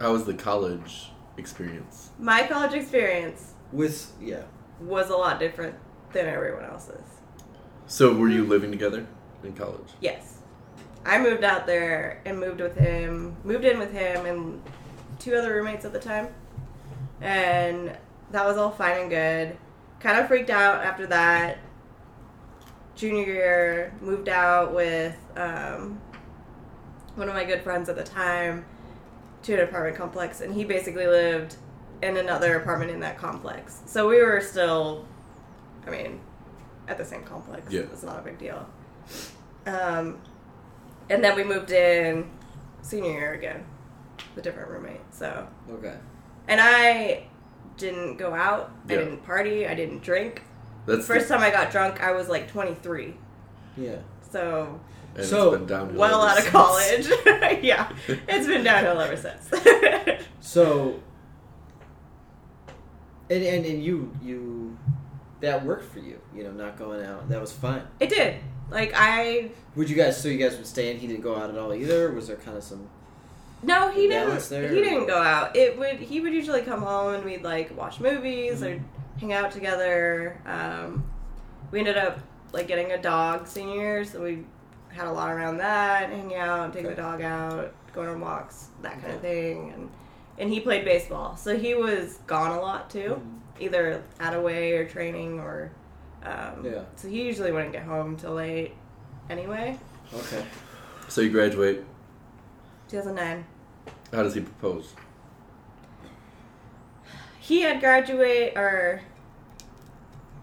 S4: how is the college experience?
S6: My college experience
S7: With, yeah.
S6: was a lot different than everyone else's.
S4: So were you living together in college?
S6: Yes. I moved out there and moved with him, moved in with him and two other roommates at the time. And that was all fine and good. Kind of freaked out after that. Junior year, moved out with um, one of my good friends at the time to an apartment complex, and he basically lived in another apartment in that complex. So we were still, I mean, at the same complex.
S4: Yeah.
S6: It's not a big deal. Um, and then we moved in senior year again, the different roommate. So,
S7: Okay.
S6: and I didn't go out. I
S4: Yeah.
S6: didn't party. I didn't drink. The
S4: That's
S6: first time I got drunk, I was like 23.
S7: Yeah.
S6: So,
S4: and it's
S7: so,
S4: been downhill
S6: well
S4: ever
S6: out of
S4: since.
S6: college. yeah, it's been downhill ever since.
S7: So, and, and, and you, you, that worked for you, you know, not going out. That was fine.
S6: it did. Like I
S7: Would you guys? So you guys would stay, and he didn't go out at all either. Was there kind of some?
S6: no, he
S7: The balance
S6: didn't.
S7: there?
S6: He didn't go out. It would. He would usually come home and we'd like watch movies or
S7: Mm-hmm.
S6: hang out together. Um, we ended up like getting a dog senior year, so we had a lot around that, hanging out, taking
S7: Okay.
S6: the dog out, going on walks, that kind of thing, and and he played baseball, so he was gone a lot too,
S7: Mm-hmm.
S6: either out of way or training or. Um,
S7: Yeah.
S6: So he usually wouldn't get home till late, anyway.
S7: Okay.
S4: So you graduate.
S6: 2009.
S4: How does he propose?
S6: he had graduate or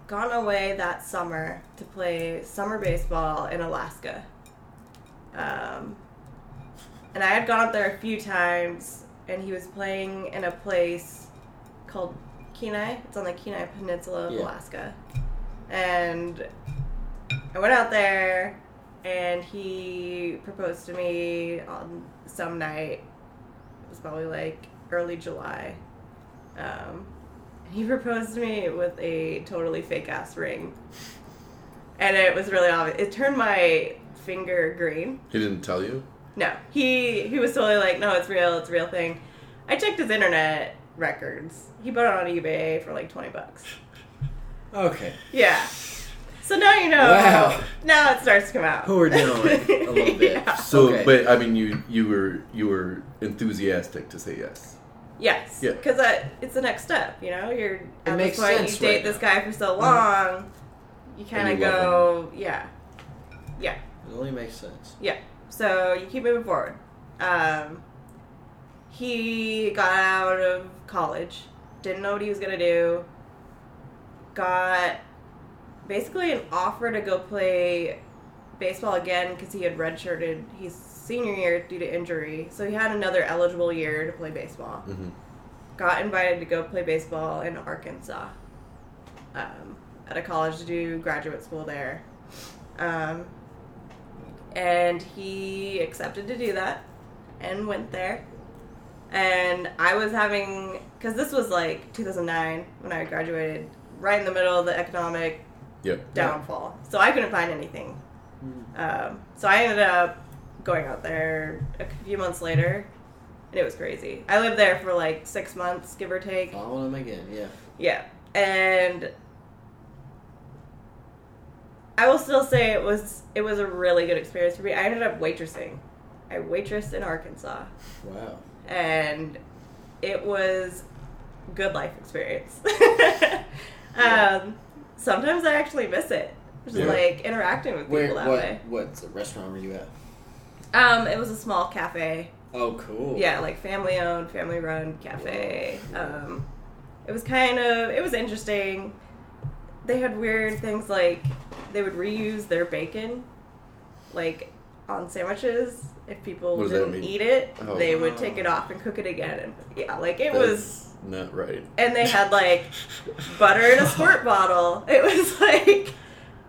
S6: gone away that summer to play summer baseball in Alaska. Um, And I had gone up there a few times, and he was playing in a place called Kenai. It's on the Kenai Peninsula of
S7: Yeah.
S6: Alaska. And I went out there, and he proposed to me on some night. It was probably like early July. Um, and he proposed to me with a totally fake ass ring. And it was really obvious. It turned my finger green.
S4: He didn't tell you?
S6: No, he he was totally like, no, it's real, it's a real thing. I checked his internet records. He bought it on eBay for like twenty bucks.
S7: Okay.
S6: Yeah. So now you know.
S7: Wow.
S6: Now it starts to come out.
S7: Who we're dealing with a little bit.
S6: Yeah.
S4: So,
S7: Okay.
S4: but I mean, you you were you were enthusiastic to say yes.
S6: Yes.
S4: Yeah.
S6: Because it's the next step. You know, you're at
S7: makes
S6: this point
S7: sense
S6: you date
S7: right
S6: this
S7: now. Mm-hmm.
S6: guy for so long, you kind of
S4: you love
S6: go, yeah, yeah.
S7: It only makes sense.
S6: Yeah. So you keep moving forward. Um, he got out of college, didn't know what he was gonna do. Got basically an offer to go play baseball again because he had redshirted his senior year due to injury, so he had another eligible year to play baseball
S4: Mm-hmm.
S6: got invited to go play baseball in Arkansas um, at a college to do graduate school there. Um, and he accepted to do that and went there. And I was having, because this was like 2009 when I graduated, right in the middle of the economic
S4: Yeah.
S6: downfall. So I couldn't find anything.
S7: Mm.
S6: Um, so I ended up going out there a few months later, and it was crazy. I lived there for like six months, give or take.
S7: Following him again, yeah.
S6: Yeah. And I will still say it was it was a really good experience for me. I ended up waitressing. I waitressed in Arkansas
S7: Wow.
S6: and it was good life experience. um, sometimes I actually miss it, just
S4: Yeah.
S6: like interacting with people
S7: Where,
S6: that way.
S7: what, what restaurant were you at?
S6: Um, it was a small cafe,
S7: Oh, cool.
S6: yeah, like family owned, family run cafe. Um, it was kind of it was interesting. They had weird things like they would reuse their bacon, like on sandwiches. If people
S4: What does that
S6: didn't
S4: mean?
S6: eat it,
S4: Oh.
S6: they would take it off and cook it again. And yeah, like it
S4: That's
S6: was
S4: not right.
S6: and they had like butter in a squirt bottle. It was like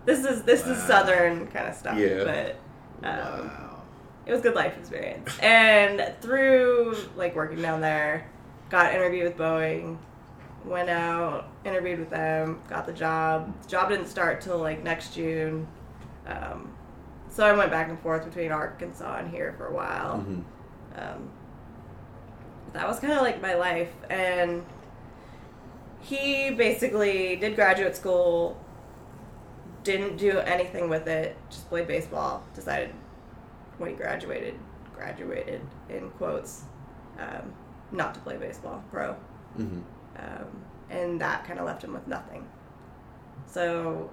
S6: this is this is
S7: Wow.
S6: southern kind of stuff,
S4: Yeah.
S6: but um,
S7: Wow.
S6: it was a good life experience. And through like working down there, got interviewed with Boeing, went out, interviewed with them, got the job. job didn't start till like next June, um, so I went back and forth between Arkansas and here for a while
S4: Mhm.
S6: um, that was kind of like my life and he basically did graduate school didn't do anything with it just played baseball decided when he graduated graduated in quotes um, not to play baseball pro
S4: Mhm.
S6: um, and that kind of left him with nothing. So,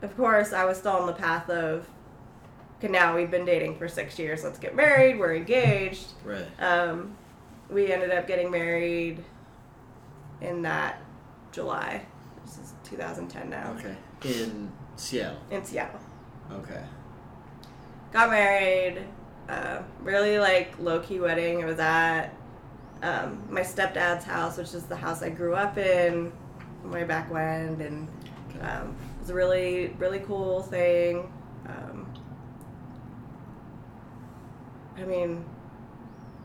S6: of course, I was still on the path of, okay, now we've been dating for six years, let's get married, we're engaged.
S7: Right.
S6: Um, we ended up getting married in that July. This is 2010 now.
S7: Okay. In Seattle.
S6: In Seattle.
S7: Okay.
S6: got married. Uh, really like low key wedding. It was at um, my stepdad's house, which is the house I grew up in way back when, and um, it was a really really cool thing. Um, I mean,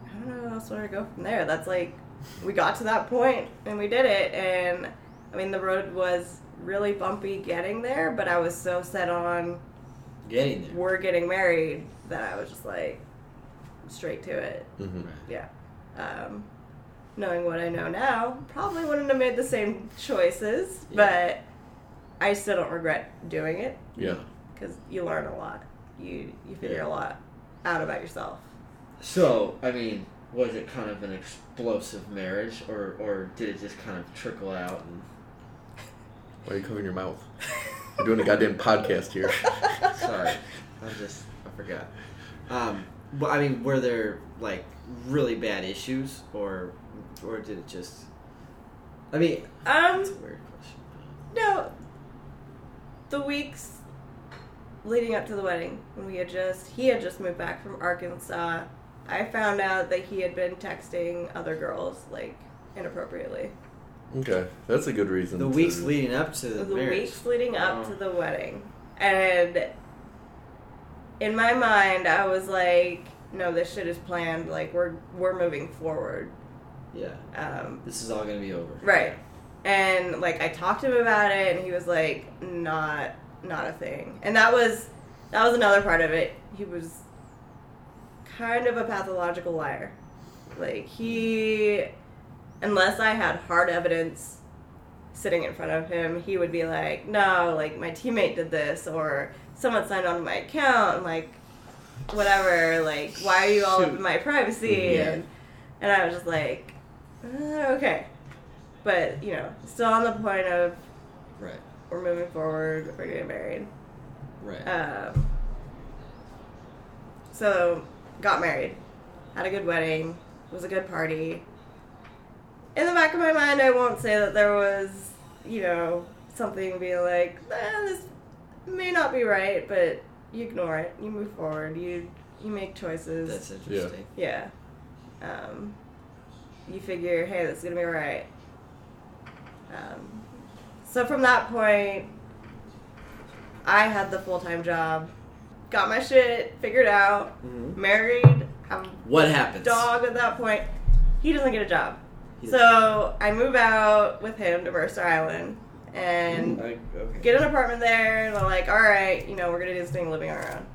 S6: I don't know how else where to go from there. That's like we got to that point and we did it, and I mean the road was really bumpy getting there, but I was so set on
S7: Getting there.
S6: were getting married that I was just like straight to it.
S4: Mhm.
S7: Right.
S6: Yeah. Um, knowing what I know now, probably wouldn't have made the same choices,
S7: Yeah.
S6: but I still don't regret doing it
S4: Yeah.
S6: because you learn a lot. You you figure
S4: Yeah.
S6: a lot out about yourself.
S7: So, I mean, was it kind of an explosive marriage, or or did it just kind of trickle out? And
S4: Why are you covering your mouth? We're doing a goddamn podcast here.
S7: sorry, I just I forgot. Um, but I mean, were there like really bad issues, or or did it just? I mean,
S6: Um,
S7: that's a weird question.
S6: No. The weeks leading up to the wedding, when we had just he had just moved back from Arkansas, I found out that he had been texting other girls like inappropriately.
S4: Okay, that's a good reason.
S7: The weeks
S4: to-
S7: leading up to the,
S6: the
S7: marriage.
S6: weeks leading up
S7: Wow.
S6: to the wedding. And in my mind, I was like, no, this shit is planned. Like we're we're moving forward.
S7: Yeah,
S6: Um,
S7: this is all gonna be over.
S6: right. And like I talked to him about it, and he was like, not not a thing. And that was that was another part of it. He was kind of a pathological liar. Like he, unless I had hard evidence sitting in front of him, he would be like, "No, like my teammate did this, or someone signed on to my account, and like whatever. Like why are you all up in my privacy?"
S7: Mm, Yeah.
S6: And and I was just like, uh, "Okay," but you know, still on the point of
S7: Right.
S6: we're moving forward, we're getting married.
S7: Right.
S6: Um, so, got married. Had a good wedding. Was a good party. In the back of my mind, I won't say that there was, you know, something being like, "Eh, this may not be right, but you ignore it. You move forward. You you make choices.
S7: That's interesting.
S6: Yeah. Um, you figure, hey, this is gonna be right. Um, so from that point, I had the full time job, got my shit figured out,
S7: Mhm.
S6: married, have
S7: What
S6: a
S7: happens?
S6: Mm-hmm. dog at that point. He doesn't get a job.
S7: He
S6: So I move out with him to Mercer Island and
S7: I- okay.
S6: get an apartment there, and they're like, all right, you know, we're gonna do this thing living on our own.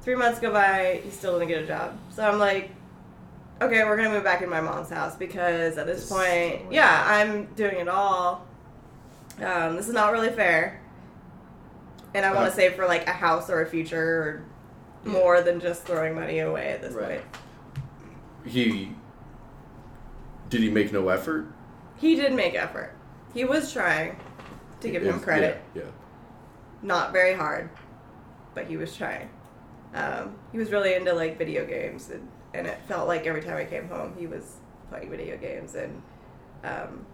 S6: Three months go by, he still doesn't get a job. So I'm like, okay, we're gonna move back in my mom's house because at this,
S7: This
S6: point,
S7: is-
S6: yeah, I'm doing it all. Um, this is not really fair. And I want
S4: Uh,
S6: to save for like a house or a future or
S7: Yeah.
S6: more than just throwing money away at this
S7: Right.
S6: point.
S4: He did he make no effort
S6: He did make effort. He was trying to give
S4: It
S6: him
S4: was-
S6: credit.
S4: Yeah, yeah.
S6: not very hard, but he was trying. Um, he was really into like video games, and, and it felt like every time I came home, he was playing video games, and um,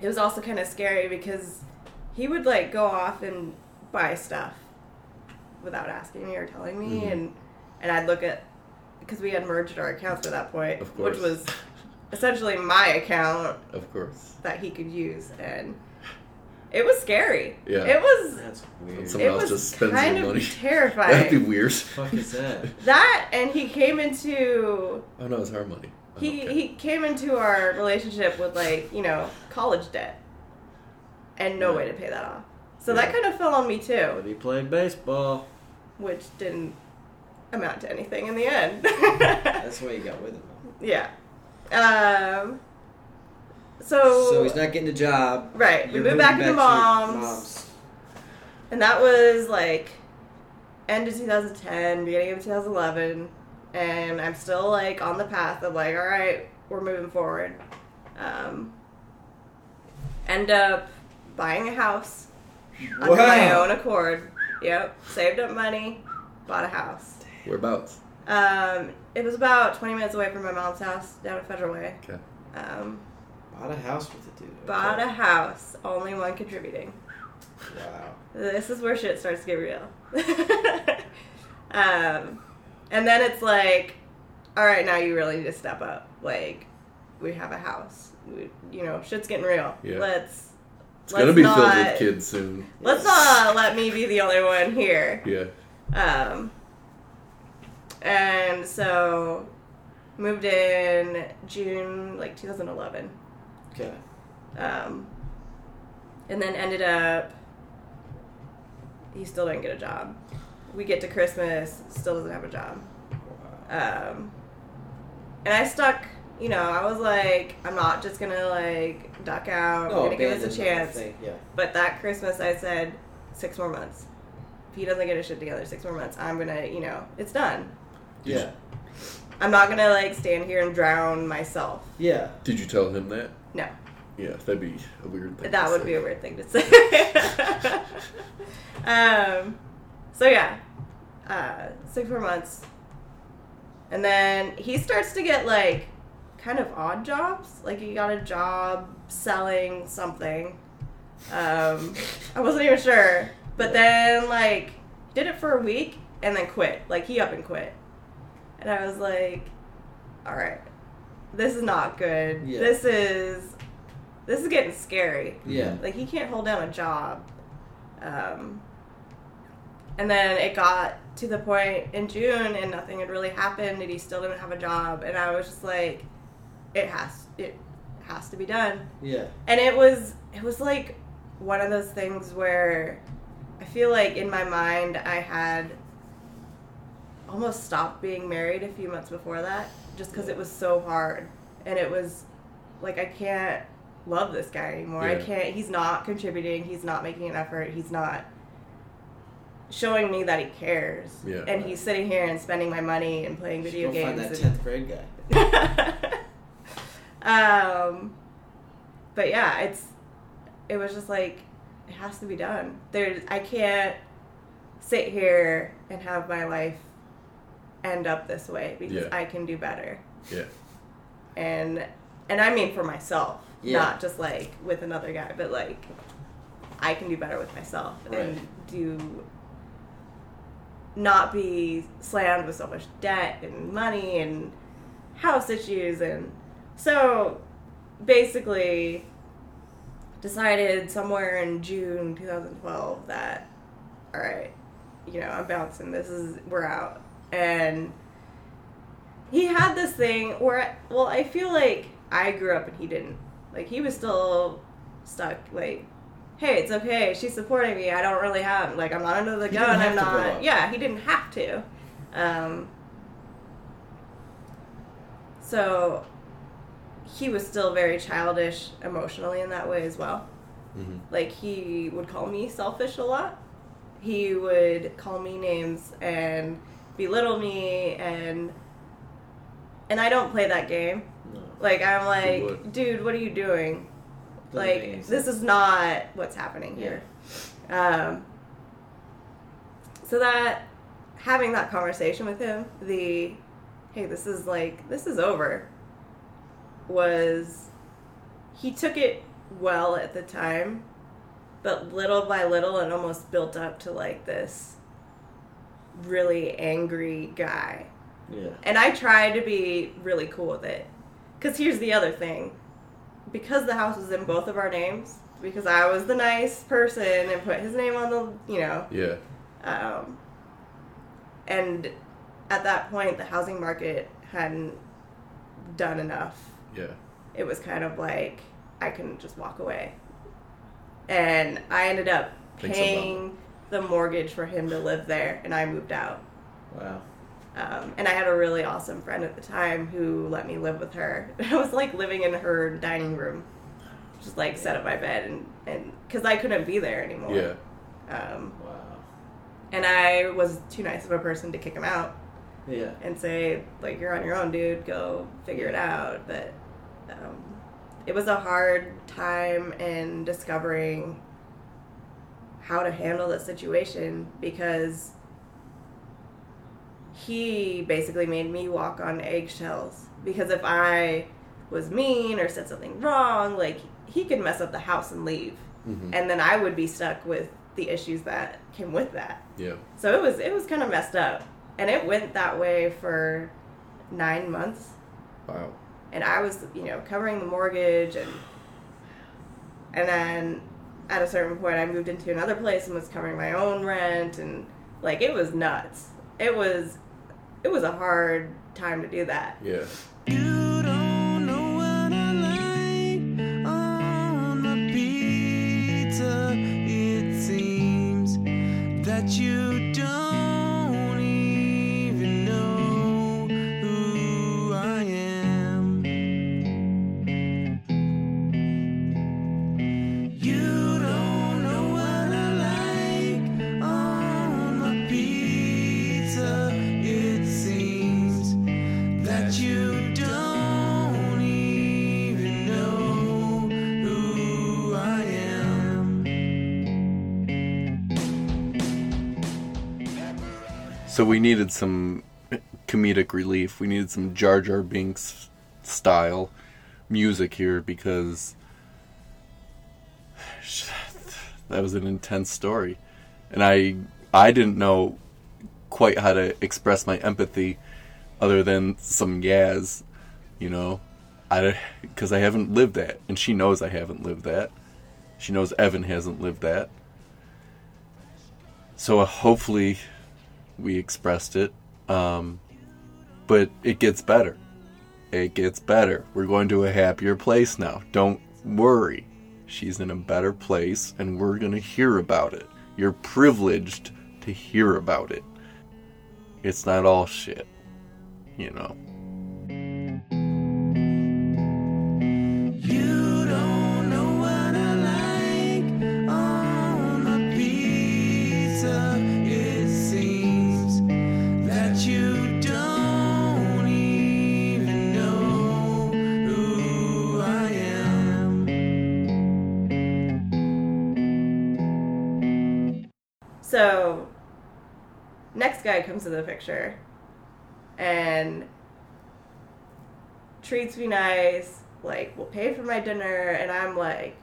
S6: it was also kind of scary because he would like go off and buy stuff without asking me or telling me,
S4: Mhm.
S6: and and I'd look at because we had merged our accounts at that point,
S4: Of
S6: which
S4: course.
S6: was essentially my account
S4: of course.
S6: that he could use, and it was scary.
S4: Yeah.
S6: it was
S7: That's weird.
S4: Some- Someone
S6: it
S4: else
S6: was
S4: just spends
S6: kind
S4: your
S6: of
S4: money. That'd be
S6: terrifying.
S4: weird.
S7: fuck is that?
S6: that and he came into
S4: Oh no, it's our money. Oh,
S6: he
S4: okay.
S6: he came into our relationship with like you know college debt and no way to pay that off. So that
S4: Yeah.
S6: kind of fell on me
S7: But
S6: too,
S7: he played baseball.
S6: which didn't amount to anything in the end.
S7: That's why you got with him.
S6: yeah. Um. So,
S7: So he's not getting a job.
S6: right. We
S7: You're
S6: moved
S7: moving
S6: back into
S7: to your
S6: mom's, and that was like end of 2010, beginning of 2011, and I'm still like on the path of like, all right, we're moving forward. Um, end up buying a house
S7: mom's.
S6: under my own accord. Yep, saved up money, bought a house.
S4: whereabouts?
S6: Um, it was about 20 minutes away from my mom's house down at Federal Way.
S4: Okay.
S6: Um,
S7: Bought a house with the dude.
S6: bought a
S7: Okay.
S6: house, only one contributing.
S7: Wow.
S6: This is where shit starts to get real. um, and then it's like, all right, now you really need to step up. Like, we have a house. We, you know, shit's getting real.
S4: Yeah.
S6: Let's
S4: It's
S6: Let's
S4: gonna be
S6: not-
S4: filled with kids soon.
S6: let's not let me be the only one here.
S4: Yeah.
S6: Um, and so moved in June like 2011.
S7: Okay.
S6: Um, and then ended up, he still didn't get a job. We get to Christmas, still doesn't have a job. Um, and I stuck, you know, I was like, I'm not just gonna like duck out, I'm gonna Oh, give this a
S7: abandoned
S6: chance.
S7: thing, Yeah.
S6: But that Christmas, I said, six more months. If he doesn't get his shit together, six more months, I'm gonna, you know, it's done.
S7: Yeah.
S6: I'm not gonna like stand here and drown myself.
S7: Yeah.
S4: Did you tell him that?
S6: No.
S4: Yeah, that'd be a weird thing.
S6: That
S4: to
S6: would
S4: say.
S6: be a weird thing to say. um, so yeah, uh, six more months, and then he starts to get like kind of odd jobs. Like he got a job selling something. Um, I wasn't even sure, but then like did it for a week and then quit. Like he up and quit, and I was like, all right, this is not good.
S7: Yeah.
S6: This is this is getting scary.
S7: Yeah.
S6: Like he can't hold down a job. Um, and then it got to the point in June, and nothing had really happened, and he still didn't have a job. And I was just like, it has it has to be done
S7: Yeah.
S6: and it was it was like one of those things where i feel like in my mind i had almost stopped being married a few months before that just because it was so hard and it was like i can't love this guy anymore i
S4: Yeah.
S6: can't he's not contributing he's not making an effort he's not showing me that he cares
S4: Yeah.
S6: and he's sitting here and spending my money and playing
S7: Should
S6: video
S7: go
S6: games
S7: find that
S6: and-
S7: tenth grade guy.
S6: um, but yeah, it's it was just like it has to be done. There's I can't sit here and have my life end up this way because
S4: Yeah.
S6: I can do better.
S4: Yeah.
S6: And and I mean for myself,
S7: Yeah.
S6: not just like with another guy, but like I can do better with myself and do not be slammed with so much debt and money and house issues and so basically decided somewhere in June 2012 that all right you know I'm bouncing this is we're out and he had this thing where well I feel like I grew up and he didn't like he was still stuck like hey it's okay she's supporting me I don't really have like I'm not under the
S7: He
S6: gun
S7: didn't have
S6: I'm
S7: to grow
S6: not
S7: up.
S6: yeah he didn't have to um so he was still very childish emotionally in that way as well.
S4: Mhm.
S6: Like he would call me selfish a lot. He would call me names and belittle me and and I don't play that game.
S7: No.
S6: Like I'm
S4: Good
S6: like,
S4: lord.
S6: dude, what are you doing?
S7: Doesn't make any
S6: Like this
S7: sense.
S6: is not what's happening here. Um, so that having that conversation with him, the hey, this is like this is over, was he took it well at the time, but little by little, it almost built up to like this really angry guy.
S7: Yeah.
S6: And I tried to be really cool with it. Because here's the other thing. Because the house was in both of our names, because I was the nice person and put his name on the, you know,
S4: Yeah.
S6: um, and at that point, the housing market hadn't done enough
S4: Yeah.
S6: it was kind of like I couldn't just walk away. And I ended up
S4: Thanks a lot.
S6: paying the mortgage for him to live there, and I moved out.
S7: Wow.
S6: Um, and I had a really awesome friend at the time who let me live with her. I was like living in her dining room, just like set up my bed, and and because I couldn't be there anymore.
S4: Yeah.
S6: Um,
S7: Wow.
S6: and I was too nice of a person to kick him out
S7: Yeah.
S6: and say like you're on your own dude go figure it out but um, it was a hard time in discovering how to handle the situation because he basically made me walk on eggshells because if i was mean or said something wrong like he could mess up the house and leave
S4: Mhm.
S6: and then i would be stuck with the issues that came with that
S4: Yeah.
S6: so it was it was kind of messed up, and it went that way for nine months,
S4: Wow.
S6: and I was you know covering the mortgage and and then at a certain point I moved into another place and was covering my own rent and like it was nuts. It was it was a hard time to do that.
S4: Yeah.
S5: So we needed some comedic relief. We needed some Jar Jar Binks style music here because that was an intense story, and I I didn't know quite how to express my empathy other than some yaz. you know i because i haven't lived that and she knows i haven't lived that she knows evan hasn't lived that so uh, hopefully we expressed it um, but it gets better it gets better we're going to a happier place now don't worry she's in a better place and we're going to hear about it you're privileged to hear about it it's not all shit you know
S8: You don't know what I like on my pizza. It seems that you don't even know who I am.
S6: So, next guy comes in the picture and treats me nice, like, will pay for my dinner, and I'm like,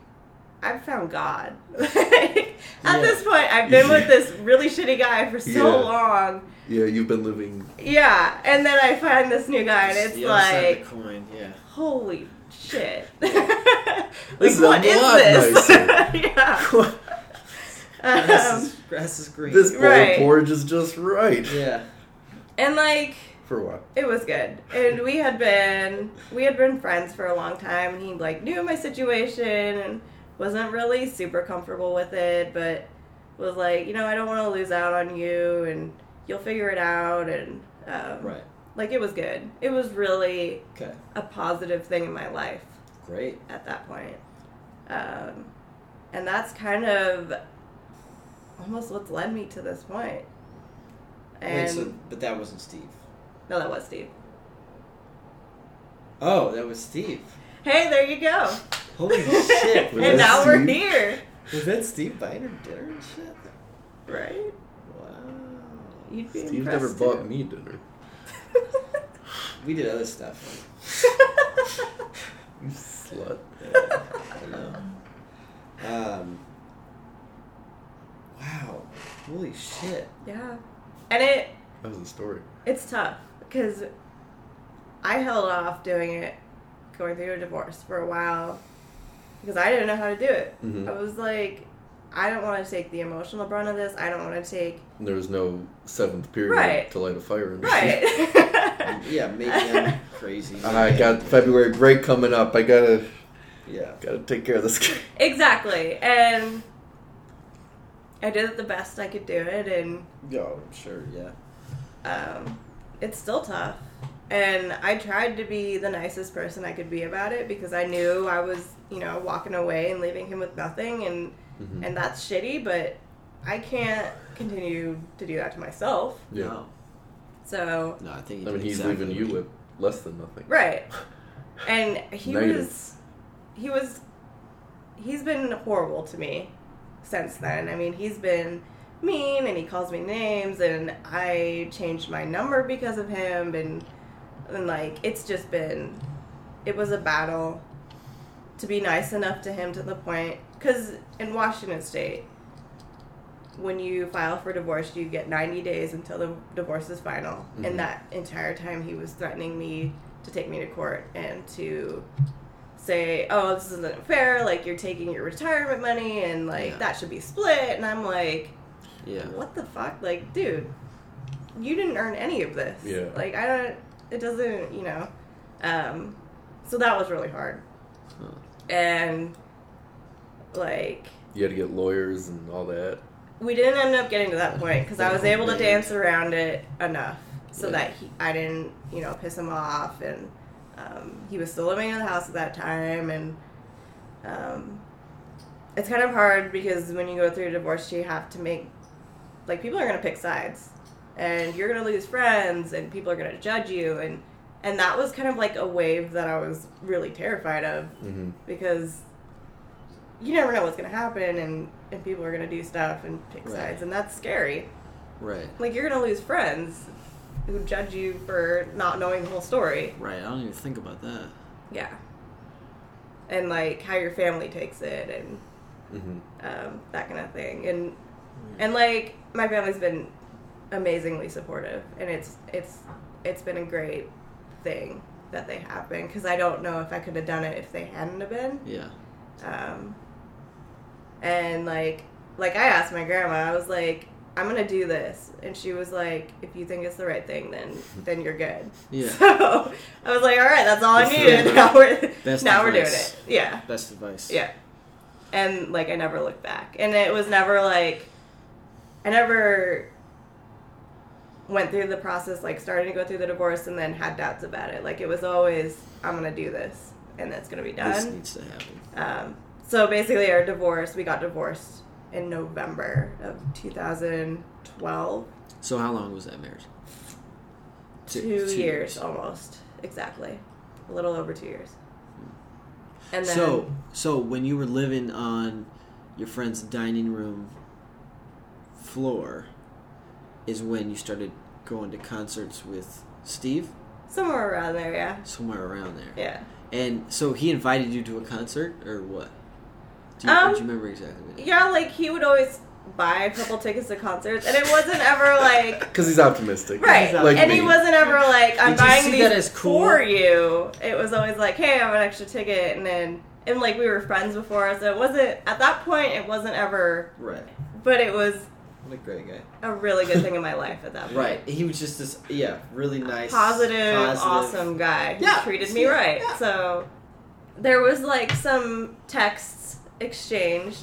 S6: I've found God. Like, At
S7: Yeah.
S6: this point, I've been with this really shitty guy for so
S4: Yeah.
S6: long.
S4: Yeah, you've been living.
S6: Yeah, and then I find this new guy, and
S7: It's
S6: it's
S7: the other side
S6: like,
S7: of the coin. Yeah.
S6: holy shit.
S7: This
S6: like,
S7: is
S6: what
S7: a
S6: is
S7: lot
S6: this?
S4: nicer.
S6: yeah.
S7: grass,
S6: Um,
S7: is, grass is green.
S4: This bowl
S6: Right.
S4: of porridge is just right.
S7: yeah.
S6: and, like,
S4: For what?
S6: It was good, and we had been we had been friends for a long time, and he like knew my situation and wasn't really super comfortable with it, but was like, you know, I don't want to lose out on you, and you'll figure it out, and um,
S7: Right.
S6: like it was good. It was really
S7: Okay.
S6: a positive thing in my life
S7: Great.
S6: at that point, um, and that's kind of almost what's led me to this point.
S7: Wait,
S6: And
S7: so, but that wasn't Steve.
S6: no, that was Steve.
S7: Oh, that was Steve.
S6: Hey, there you go.
S7: Holy shit.
S4: Was
S6: and
S4: that
S6: now we're
S4: Steve?
S6: here.
S7: Was that Steve buying her dinner and shit?
S6: Right?
S7: Wow.
S6: You'd be
S4: Steve
S6: impressed
S4: never bought me dinner.
S7: We did other stuff.
S4: You slut.
S7: I know. Um. Wow. Holy shit.
S6: yeah. And it
S4: That was a story.
S6: it's tough because I held off doing it, going through a divorce for a while because I didn't know how to do it.
S4: Mhm.
S6: I was like, I don't want to take the emotional brunt of this. I don't want to take
S4: And there was no seventh period
S6: Right.
S4: to light a fire in.
S6: right.
S7: Um, Yeah, maybe I'm crazy.
S4: I got February break coming up. I gotta
S7: Yeah.
S4: gotta take care of this guy.
S6: exactly, and I did the best I could do it, and
S7: Yo, sure. Yeah.
S6: um, it's still tough. And I tried to be the nicest person I could be about it because I knew I was, you know, walking away and leaving him with nothing, and
S4: Mm-hmm.
S6: and that's shitty. But I can't continue to do that to myself.
S4: Yeah.
S7: No.
S6: So
S7: No, I think.
S4: I mean, he's leaving you with less than nothing.
S6: right, and he
S4: Negative.
S6: was, he was, he's been horrible to me since then. I mean, he's been mean and he calls me names, and I changed my number because of him, and and like it's just been it was a battle to be nice enough to him to the point because in washington state when you file for divorce you get 90 days until the divorce is final and that entire time he was threatening me to take me to court and to say oh this isn't fair like you're taking your retirement money and like
S7: Yeah.
S6: that should be split and i'm like
S7: Yeah.
S6: what the fuck? Like, dude, you didn't earn any of this.
S4: Yeah.
S6: Like, I don't, it doesn't, you know. Um, so that was really hard.
S7: Huh.
S6: And, like,
S4: You had to get lawyers and all that.
S6: we didn't end up getting to that point because I was able to dance around it enough so
S7: Yeah.
S6: that he, I didn't, you know, piss him off. And um, he was still living in the house at that time. And um, it's kind of hard because when you go through a divorce, you have to make, like, people are going to pick sides and you're going to lose friends and people are going to judge you. And, and that was kind of like a wave that I was really terrified of
S4: Mm-hmm.
S6: because you never know what's going to happen and, and people are going to do stuff and pick
S7: Right.
S6: sides and that's scary
S7: Right.
S6: like you're going to lose friends who judge you for not knowing the whole story
S7: Right. I don't even think about that.
S6: yeah and like how your family takes it and
S4: Mm-hmm.
S6: um, that kind of thing and and like my family's been amazingly supportive and it's it's it's been a great thing that they have been because I don't know if I could have done it if they hadn't have been.
S7: Yeah.
S6: Um, and like, like I asked my grandma, I was like, "I'm gonna do this," and she was like, "If you think it's the right thing, then then you're good."
S7: Yeah.
S6: So I was like, "All right, that's all I
S7: Good for
S6: needed."
S7: you.
S6: Now we're
S7: Best
S6: now we're doing
S7: advice.
S6: it. Yeah,
S7: Best advice.
S6: yeah. And like, I never looked back, and it was never like, I never went through the process like starting to go through the divorce and then had doubts about it. Like it was always, "I'm gonna do this," and that's gonna be done.
S7: This needs to happen.
S6: Um, so basically, our divorce, we got divorced in November of 2012.
S7: So how long was that marriage?
S6: Two, years, almost. Exactly. A little over two years. And then,
S7: So so when you were living on your friend's dining room floor is when you started going to concerts with Steve
S6: somewhere around there, yeah.
S7: somewhere around there.
S6: Yeah.
S7: And so he invited you to a concert or what? Do you,
S6: Um,
S7: do you remember exactly? What it-
S6: Yeah, like he would always buy a couple tickets to concerts, and it wasn't ever like.
S5: Because he's optimistic.
S6: Right,
S5: Like
S6: and he
S5: me.
S6: wasn't ever like, "I'm
S7: Did you
S6: buying
S7: see
S6: these
S7: that as cool?
S6: for you." It was always like, "Hey, I have an extra ticket," and then and like we were friends before, so it wasn't at that point. It wasn't ever,
S7: Right.
S6: but it was
S7: What a great guy.
S6: a really good thing in my life at that point.
S7: Right. He was just this, yeah, really nice,
S6: Positive,
S7: positive-
S6: awesome guy. He
S7: Yeah.
S6: treated me
S7: Yeah.
S6: right.
S7: Yeah.
S6: So there was like some texts exchanged.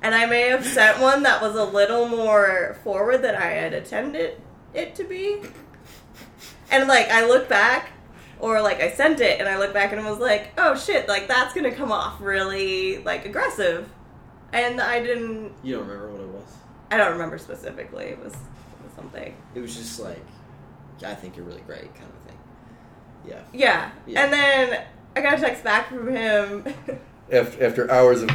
S6: And I may have sent one that was a little more forward than I had intended it to be. And like I look back or like I sent it and I look back and was like, "Oh shit, like that's going to come off really like aggressive." And I didn't
S7: You don't remember what it was?
S6: I don't remember specifically. It was, it was something.
S7: It was just like, I think you're really great, kind of thing. Yeah.
S6: Yeah.
S7: Yeah.
S6: And then I got a text back from him.
S5: After, after hours of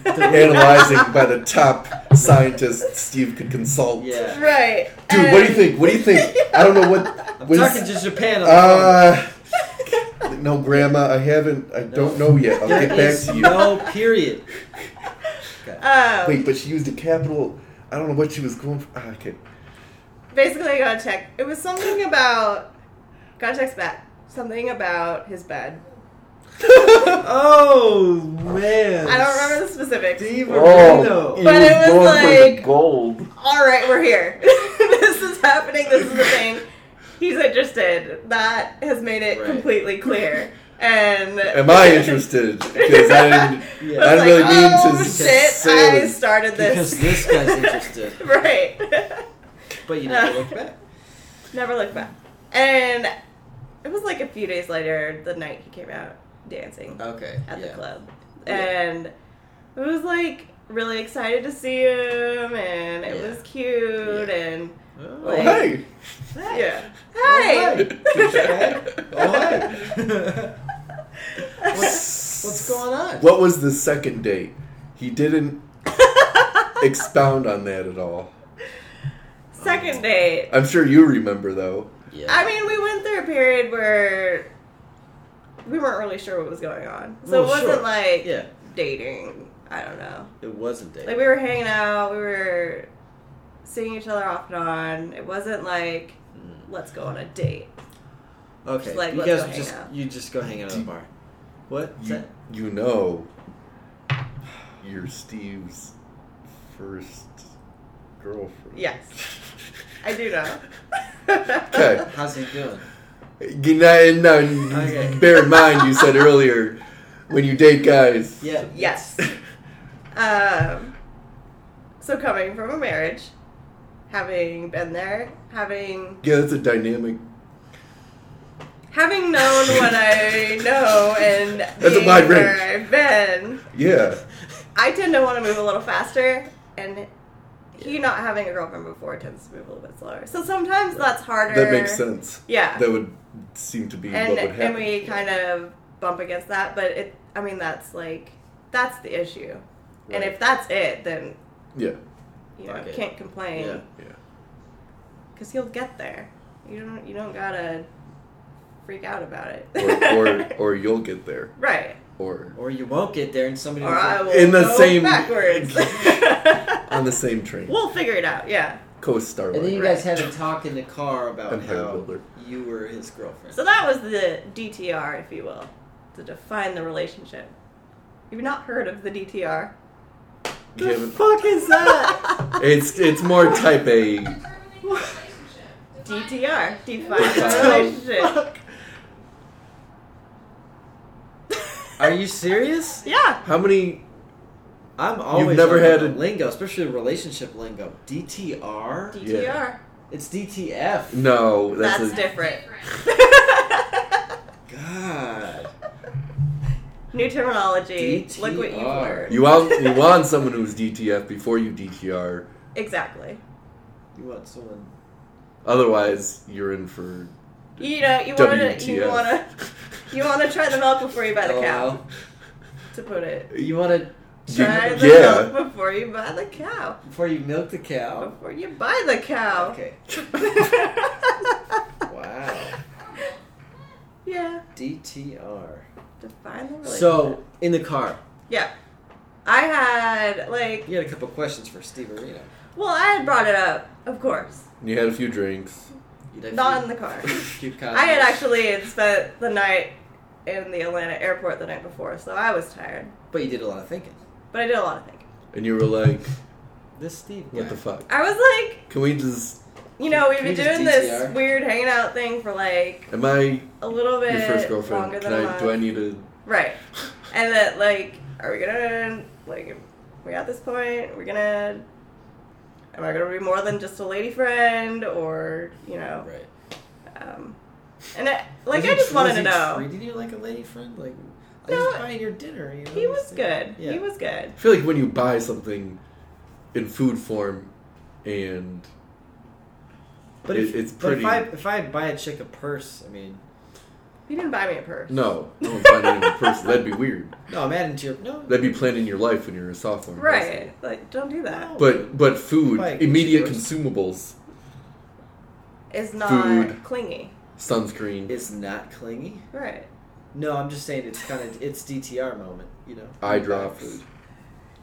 S6: right.
S5: analyzing by the top scientist Steve could consult.
S7: Yeah.
S5: Dude, what do you think? What do you think? I don't know what.
S7: I'm
S5: what is-
S7: talking to Japan. On the
S5: Uh, no, Grandma, I haven't. I don't know yet. I'll
S7: phone.
S5: get
S7: There
S5: back
S7: is
S5: to you.
S7: No period.
S6: Um,
S5: Wait, but she used a capital. I don't know what she was going for. Ah, okay.
S6: Basically, I got a text. It was something about. Got a text back. Something about his bed.
S7: Oh man.
S6: I don't remember the specifics.
S7: Steve
S5: Oh,
S7: Marino.
S6: But it was like-
S5: gold.
S6: All right, we're here. this is happening. This is the thing. He's interested. That has made it
S7: Right.
S6: completely clear. And
S5: Am I interested? Because I didn't.
S7: Yeah.
S5: I
S6: I was
S5: didn't really
S6: like,
S5: mean
S6: oh,
S5: to
S6: shit,
S5: say
S6: I
S5: this.
S6: started this.
S7: Because this guy's interested,
S6: right.
S7: but you never look back.
S6: Never looked back. And it was like a few days later, the night he came out dancing
S7: Okay.
S6: at the
S7: Oh, yeah.
S6: club.
S7: Yeah.
S6: And I was like really excited to see him, and it
S7: Yeah.
S6: was cute,
S7: Yeah.
S6: and
S7: Oh,
S6: Like-
S5: Hey.
S6: yeah.
S7: hey.
S6: Hey!
S7: Oh, hey. what's, what's going on?
S5: What was the second date? He didn't expound on that at all.
S6: Second date.
S5: I'm sure you remember though.
S7: Yeah.
S6: I mean, we went through a period where we weren't really sure what was going on. So
S7: Well,
S6: it wasn't
S7: sure.
S6: like
S7: yeah.
S6: dating. I don't know.
S7: It wasn't dating.
S6: Like we were hanging out, we were seeing each other off and on. It wasn't like let's go on a date.
S7: Okay,
S6: Just like,
S7: you
S6: let's
S7: guys
S6: go hang
S7: just
S6: out.
S7: you just go hang out at a bar. What? Is
S5: You,
S7: that-
S5: you know, you're Steve's first girlfriend.
S6: Yes, I do know.
S5: Okay.
S7: How's he doing?
S5: You know, and now you-
S7: Okay.
S5: bear in mind you said earlier when you date guys.
S7: Yeah.
S6: Yes. Um, so coming from a marriage, having been there, having
S5: Yeah, that's a dynamic.
S6: having known what I know, and
S5: a
S6: being
S5: wide
S6: where
S5: range.
S6: I've been,
S5: Yeah.
S6: I tend to want to move a little faster, and he not having a girlfriend before tends to move a little bit slower. So sometimes that's harder.
S5: That makes sense.
S6: Yeah,
S5: That would seem to be
S6: and
S5: Mm-hmm. what would happen.
S6: and we kind of bump against that, but it. I mean, that's like that's the issue, and if that's it, then
S5: yeah.
S6: you know
S7: Fuck it.
S6: can't complain.
S7: Yeah.
S5: Yeah.
S6: because he'll get there. You don't you don't gotta freak out about it.
S5: Or, or or you'll get there.
S6: right.
S5: Or
S7: Or you won't get there, and somebody.
S6: Or
S7: will-
S6: I will
S5: In the
S6: go
S5: same-
S6: backwards.
S5: on the same train.
S6: we'll figure it out. Yeah.
S5: co-star.
S7: And then you guys had a talk in the car about
S5: I'm Harry
S7: how
S5: Builder.
S7: you were his girlfriend.
S6: So that was the DTR, if you will, to define the relationship. You've not heard of the DTR.
S5: You haven't-
S7: fuck is that?
S5: It's it's more type A.
S6: DTR, define the
S5: Define.
S6: relationship.
S7: Are you serious?
S6: Yeah.
S5: How many?
S7: I'm always
S5: never
S7: on
S5: had
S7: the
S5: a-
S7: lingo, especially relationship lingo. DTR?
S6: DTR.
S7: It's DTF.
S5: No, that's,
S6: That's
S5: a,
S6: different.
S7: God.
S6: New terminology. Look what you've
S7: DTR.
S6: learned.
S5: You want you want someone who's DTF before you DTR.
S6: Exactly.
S7: You want someone
S5: Otherwise, you're in for
S6: You know, you want to, you
S5: WTF.
S6: want to, you want to try the milk before you buy the
S7: Oh,
S6: cow.
S7: wow.
S6: To put it,
S7: You want to
S6: try
S5: Oh. You-
S6: the
S5: yeah.
S6: milk before you buy the cow.
S7: before you milk the cow.
S6: Before you buy the cow.
S7: Okay. Wow.
S6: yeah.
S7: DTR.
S6: Define the relationship.
S7: So in the car,
S6: Yeah. I had like
S7: you had a couple questions for Steve Arena.
S6: well, I had brought it up, of course.
S5: You had a few drinks.
S7: You did
S6: Not in the car.
S7: few, few
S6: I had actually had spent the night in the Atlanta airport the night before, so I was tired.
S7: but you did a lot of thinking.
S6: But I did a lot of thinking.
S5: And you were like,
S7: This Steve guy.
S5: what the fuck?
S6: I was like,
S5: Can we just.
S6: you know, we've
S7: Can we
S6: been
S7: just
S6: doing
S7: DTR?
S6: this weird hanging out thing for like
S5: Am I
S6: a little bit
S5: your first girlfriend?
S6: longer than
S5: Can
S6: a
S5: I,
S6: month.
S5: do I need to.
S6: Right. And that like, are we gonna like we at this point, we're gonna am I gonna be more than just a lady friend or you know
S7: Right.
S6: um and I,
S7: Was
S6: like
S7: he-
S6: I just wanted
S7: was
S6: to
S7: he
S6: know.
S7: Treated you like a lady friend? Like I
S6: No,
S7: was buying your dinner. You know,
S6: He was
S7: it's-
S6: good.
S7: Yeah.
S6: He was good.
S5: I feel like when you buy something in food form and.
S7: But
S5: It-
S7: if,
S5: it's
S7: but if I
S5: pretty-
S7: if I buy a chick a purse, I mean,
S6: He didn't buy me a purse.
S5: No, I don't find any person. That'd be weird.
S7: no, I'm adding to your no.
S5: That'd be planning your life when you're a sophomore. in high
S6: Right.
S5: school.
S6: Like don't do that.
S7: No.
S5: But but food,
S7: Like,
S5: immediate
S7: gross.
S5: consumables,
S6: It's not
S5: Food.
S6: clingy.
S5: sunscreen.
S7: It's not clingy.
S6: Right.
S7: No, I'm just saying it's kind of it's DTR moment. You know,
S5: Eye drops.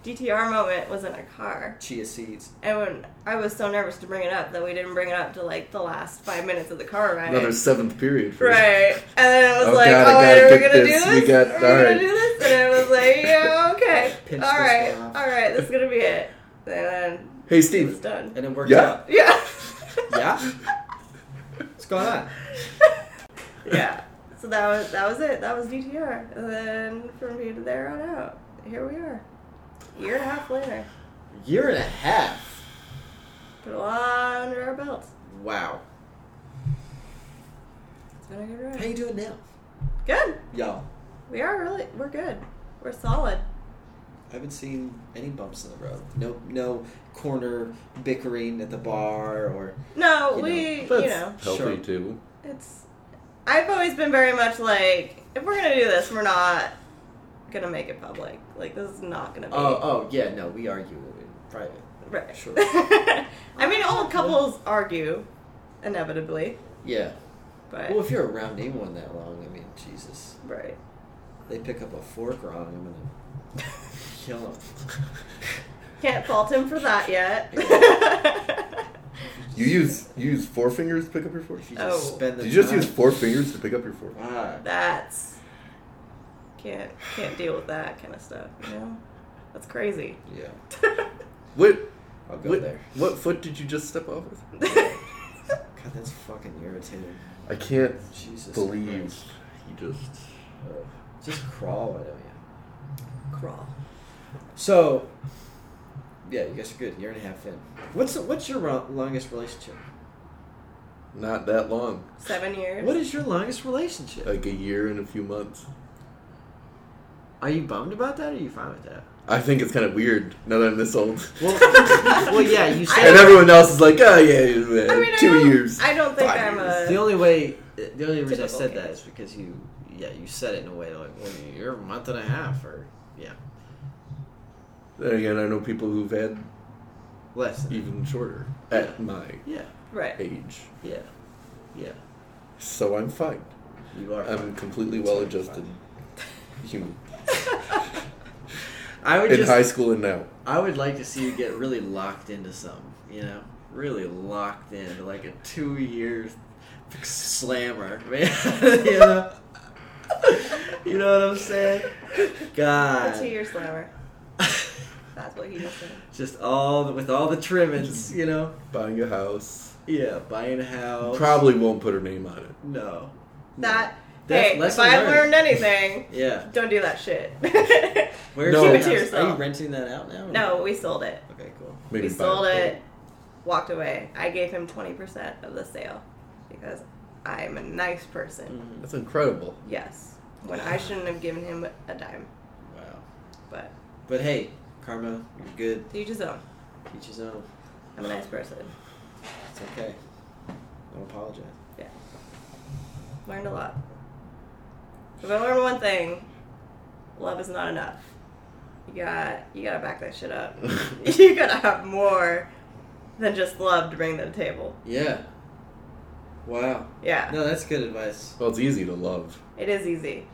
S6: DTR moment was in a car.
S7: chia seeds.
S6: And when I was so nervous to bring it up that we didn't bring it up to like the last five minutes of the car ride.
S5: Another seventh period. For
S6: Right. And then it was
S5: Oh,
S6: like,
S5: God, I
S6: oh,
S5: gotta
S6: wait, are we
S5: get
S6: going to do
S5: this.
S6: this?
S5: We got-
S6: are we
S5: all
S6: going
S5: right.
S6: to do this? And it was like, yeah, okay.
S7: Pinch
S6: all
S7: this
S6: right.
S7: off.
S6: All right. This is going to be it. And then
S5: Hey
S6: it was
S5: Steve,
S6: done.
S7: And it worked
S5: Yeah.
S7: out.
S6: Yeah.
S7: Yeah. What's going on?
S6: yeah. So that was that was it. That was DTR. And then from here to there on out, here we are. Year and a half later.
S7: Year and a half.
S6: Put a lot under our belts.
S7: Wow.
S6: It's been a good ride.
S7: How you doing now,
S6: Good.
S7: y'all?
S6: We are really, we're good. We're solid.
S7: I haven't seen any bumps in the road. No, no corner bickering at the bar or
S6: No,
S7: You
S6: we,
S5: that's
S6: you know.
S5: healthy
S7: Sure.
S5: too.
S6: It's. I've always been very much like, if we're gonna do this, we're not gonna make it public. Like this is not gonna be
S7: Oh, oh, yeah, no, we argue in private.
S6: right.
S7: sure.
S6: I mean, all couples argue, inevitably,
S7: Yeah.
S6: but
S7: Well, if you're around anyone that long, I mean, Jesus,
S6: right.
S7: they pick up a fork wrong, I'm gonna kill them.
S6: Can't fault him for that yet.
S5: You use you use four fingers to pick up your four.
S7: If you just
S6: Oh.
S7: spend the
S5: Did you just
S7: time-
S5: use four fingers to pick up your four?
S7: Ah,
S6: That's can't can't deal with that kind of stuff. You know, that's crazy.
S7: yeah,
S5: What
S7: I'll go
S5: what,
S7: there.
S5: what foot did you just step off with?
S7: God, that's fucking irritating.
S5: I can't
S7: Jesus.
S5: believe
S7: Christ.
S5: you just.
S7: Ugh. Just crawl, I know you.
S6: Crawl.
S7: So, yeah, you guys are good. Year and a half in. What's what's your ro- longest relationship?
S5: Not that long,
S6: Seven years.
S7: What is your longest relationship?
S5: like a year and a few months.
S7: Are you bummed about that? or Are you fine with that?
S5: I think it's kind of weird now that I'm this old.
S7: Well, well, yeah. You said
S5: And everyone else is like, oh yeah, yeah,
S6: I mean, I
S5: two
S6: don't-
S5: years.
S6: I don't think
S5: Five
S6: I'm a.
S7: the only way. The only reason I
S6: Uh, Typical
S7: said that
S6: case.
S7: is because you, yeah, you said it in a way like, well, you're a month and a half or yeah,
S5: Then again, I know people who've had
S7: less. Than
S5: even shorter at my
S7: yeah,
S6: right.
S5: age,
S7: yeah, yeah.
S5: so I'm fine.
S7: You are.
S5: I'm completely
S7: It's fine.
S5: well-adjusted human
S7: I would
S5: in
S7: just.
S5: high school and now.
S7: I would like to see you get really locked into something. You know, really locked in like a two year slammer, man. you, know? you know what I'm saying?
S6: A two
S7: God.
S6: year slammer. That's what he just said.
S7: Just all the, with all the trimmings, you know?
S5: Buying a house.
S7: Yeah, buying a house.
S5: Probably won't put her name on it.
S7: No.
S6: That.
S7: That's
S6: hey, if
S7: lesson
S6: I've
S7: learned.
S6: learned anything,
S7: Yeah.
S6: don't do that shit.
S7: Where's
S5: No.
S7: your
S5: Keep
S7: house?
S5: it
S6: to
S7: Are you
S6: yourself.
S7: renting that out now? or-
S6: no, we sold it.
S7: Okay, cool.
S5: Maybe
S6: we
S5: buy a
S6: sold
S5: boat.
S6: it, walked away. I gave him 20% of the sale because I'm a nice person.
S7: Mm-hmm.
S5: That's incredible.
S7: Mm.
S6: Yes. When I shouldn't have given him a dime.
S7: Wow.
S6: But
S7: But hey, karma, you're good.
S6: to each his own.
S7: Teach his own.
S6: I'm a nice person.
S7: It's okay. Don't apologize.
S6: Learned a lot. If I learned one thing, love is not enough. You got you gotta back that shit up. you gotta have more than just love to bring to the table.
S7: Yeah. Wow.
S6: Yeah.
S7: No, that's good advice.
S5: Well, it's easy to love.
S6: It is easy.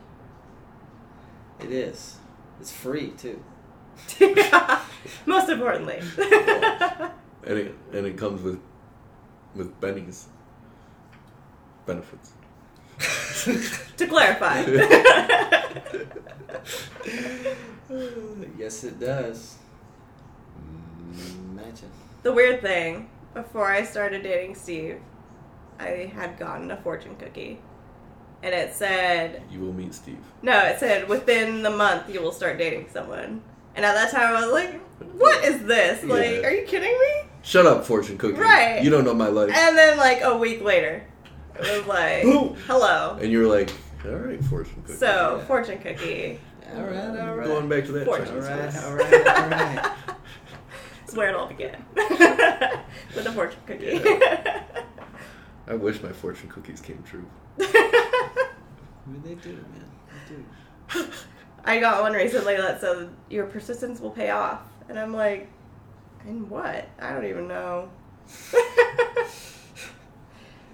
S7: It is. It's free too.
S6: Most importantly.
S5: And it, and it comes with with bennies. Benefits.
S6: to clarify.
S7: yes, it does. Mm, Imagine.
S6: the weird thing, before I started dating Steve, I had gotten a fortune cookie. And it said,
S5: You will meet Steve.
S6: no, it said, within the month you will start dating someone. And at that time I was like, what is this? Like,
S5: Yeah.
S6: are you kidding me?
S5: Shut up, fortune cookie.
S6: Right.
S5: You don't know my life.
S6: And then, like, a week later, it was like,
S5: Boom.
S6: hello.
S5: And you were like, all right, fortune cookie.
S6: So, fortune cookie.
S7: All right. All right.
S5: Going back to that.
S6: Fortune
S7: All
S5: train.
S7: right.
S6: cookies.
S7: All right. All right.
S6: It's where it all began. With a fortune cookie.
S5: I wish my fortune cookies came true.
S7: I mean, they do, man. They do.
S6: I got one recently that said your persistence will pay off, and I'm like, in what? I don't even know.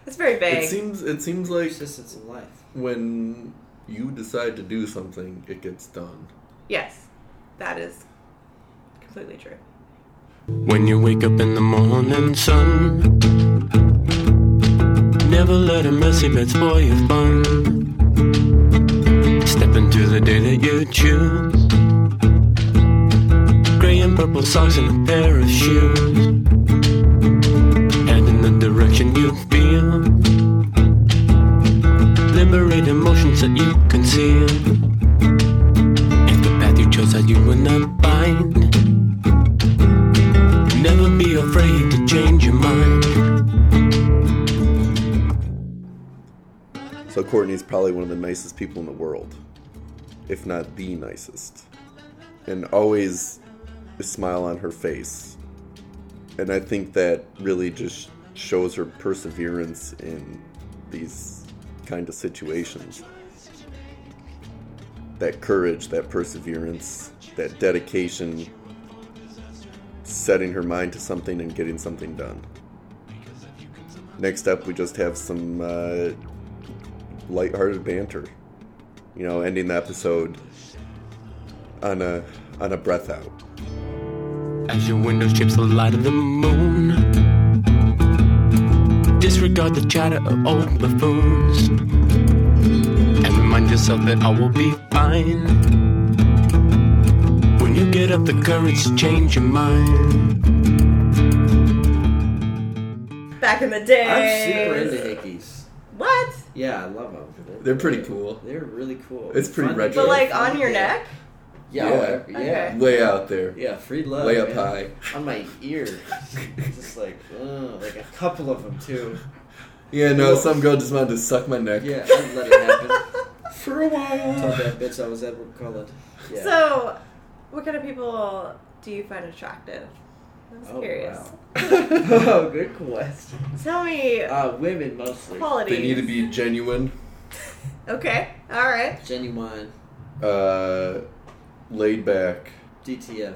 S6: it's very vague.
S5: It seems it seems like
S7: Persistence in life.
S5: when you decide to do something, it gets done.
S6: yes, that is completely true.
S8: When you wake up in the morning sun, never let a messy bed spoil your fun. Step into the day that you choose. Gray and purple socks and a pair of shoes. Head in the direction you feel. Liberate emotions that you conceal. If the path you chose that you will not find. Never be afraid to change your mind.
S5: So Courtney's probably one of the nicest people in the world, if not the nicest. And always a smile on her face. And I think that really just shows her perseverance in these kind of situations. That courage, that perseverance, that dedication, setting her mind to something and getting something done. Next up, we just have some uh, lighthearted banter. You know, ending the episode on a on a breath out.
S8: As your window shapes the light of the moon. Disregard the chatter of old buffoons. And remind yourself that all will be fine. When you get up the courage to change your mind.
S6: Back in the day,
S7: I'm super into hickeys.
S6: what?
S7: Yeah, I love them.
S5: They're pretty cool.
S7: They're really cool.
S5: It's pretty
S7: Fun to
S5: retro.
S6: But
S7: get,
S6: like
S7: fun
S6: on
S7: to
S6: your
S7: get.
S6: neck?
S7: Yeah.
S5: Yeah.
S7: Yeah.
S6: Okay.
S5: Way out there.
S7: Yeah, free love.
S5: Way up
S7: man.
S5: high.
S7: On my ear. just like, ugh, like a couple of them too.
S5: Yeah, no, some girl just wanted to suck my neck.
S7: Yeah, I'd let it happen.
S5: For a
S7: Told
S5: while.
S7: that bitch I was Edward Cullen. Yeah.
S6: So, what kind of people do you find attractive? I'm just
S7: Oh,
S6: curious.
S7: wow. oh, good question.
S6: Tell me
S7: Uh, women mostly.
S6: qualities.
S5: They need to be genuine,
S6: okay. All right.
S7: Genuine.
S5: uh, laid back,
S7: DTF.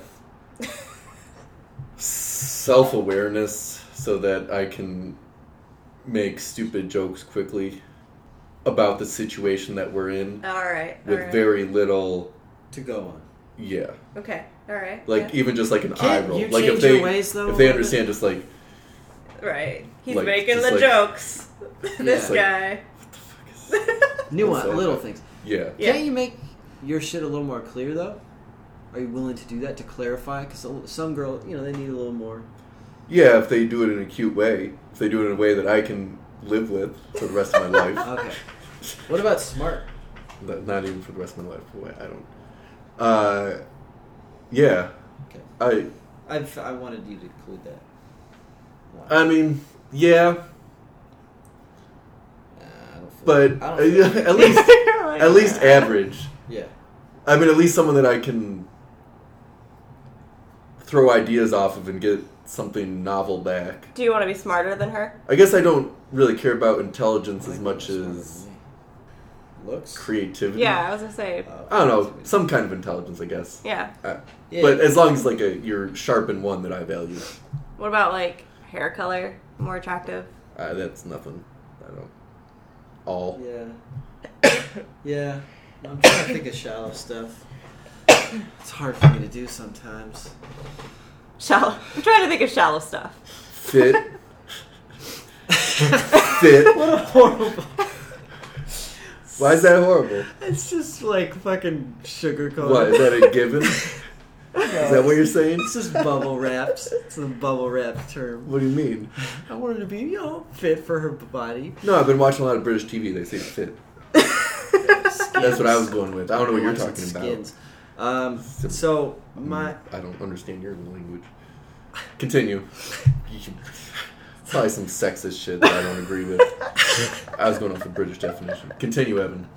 S5: self awareness so that I can make stupid jokes quickly about the situation that we're in
S6: All right. all
S5: with
S6: right.
S5: very little
S7: To go on.
S5: yeah.
S6: Okay. All right.
S5: Like
S6: yeah.
S5: even just like an
S7: Can't
S5: eye roll.
S7: you
S5: like
S7: change
S5: if they
S7: your ways, though,
S5: if they
S7: a little
S5: understand just like
S6: Right. He's
S5: Like,
S6: making the
S5: just like-
S6: jokes. this
S5: Like-
S6: guy.
S7: Nuance,
S5: That's so
S7: little
S5: bad.
S7: things.
S5: Yeah.
S6: Yeah.
S7: Can't you make your shit a little more clear though? Are you willing to do that to clarify? Because some girl, you know, they need a little more.
S5: Yeah, if they do it in a cute way, if they do it in a way that I can live with for the rest of my life,
S7: Okay. What about smart?
S5: Not- not even for the rest of my life. Boy, I don't. Uh, yeah,
S7: Okay.
S5: I.
S7: I, f- I wanted you to include that.
S5: I mean, yeah,
S7: Nah, I don't feel
S5: but
S7: I
S5: uh,
S7: don't feel
S5: at least at least average.
S7: yeah.
S5: I mean, at least someone that I can throw ideas off of and get something novel back.
S6: Do you want to be smarter than her?
S5: I guess I don't really care about intelligence as much as
S7: looks.
S5: creativity.
S6: Yeah, I was gonna say.
S5: I don't know, some kind of intelligence, I guess. Uh,
S6: Yeah.
S7: Yeah,
S5: But as long as like a, you're sharp in one that I value,
S6: What about like hair color? More attractive.
S5: uh, that's nothing. I don't. All.
S7: yeah, yeah. I'm trying to think of shallow stuff. It's hard for me to do sometimes.
S6: Shallow. I'm trying to think of shallow stuff.
S5: Fit. Fit.
S7: What a horrible.
S5: Why is that horrible?
S7: It's just like fucking sugarcoat.
S5: What, is that a given? Is that what you're saying?
S7: It's just bubble wrapped. It's a bubble wrap term.
S5: What do you mean?
S7: I wanted to be, you know, fit for her body.
S5: No, I've been watching a lot of British TV. They say fit. That's what I was going with. I don't know what you're talking about.
S7: Skins. Um, so my
S5: I don't understand your language. Continue. You can- Probably some sexist shit that I don't agree with. I was going off the British definition. Continue, Evan.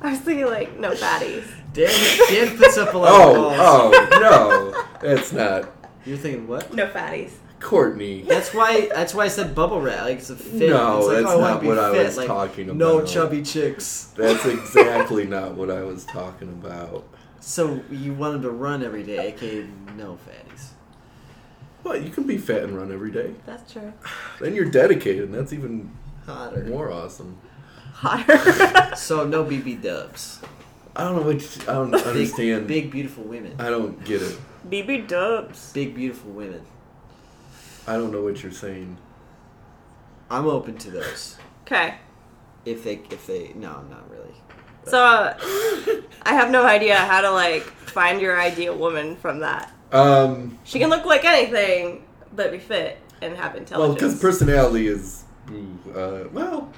S6: I was thinking like no fatties.
S7: Dan, Dan puts up a lot of
S5: Mm. Oh,
S7: balls.
S5: oh no, that's not
S7: You're thinking what?
S6: No fatties.
S5: Courtney.
S7: That's why. That's why I said bubble wrap. Like it's a fit.
S5: No,
S7: it's like,
S5: that's
S7: oh, I wanna
S5: not
S7: be
S5: what I
S7: fit,
S5: was
S7: like,
S5: talking
S7: No
S5: about.
S7: chubby chicks.
S5: That's exactly not what I was talking about.
S7: So you want them to run every day, aka no fatties.
S5: What? You can be fat and run every day.
S6: That's true.
S5: Then you're dedicated, and that's even
S7: Hotter.
S5: more awesome.
S6: Hotter.
S7: So no BB dubs.
S5: I don't know what I don't
S7: Big-
S5: understand.
S7: Big, beautiful women.
S5: I don't get it.
S6: BB Dubs.
S7: Big beautiful women.
S5: I don't know what you're saying.
S7: I'm open to those.
S6: Okay.
S7: If they, if they, no, I'm not really.
S6: So uh, I have no idea how to like find your ideal woman from that.
S5: Um,
S6: She can look like anything, but be fit and have
S5: well,
S6: intelligence.
S5: because personality is, ooh, uh, well,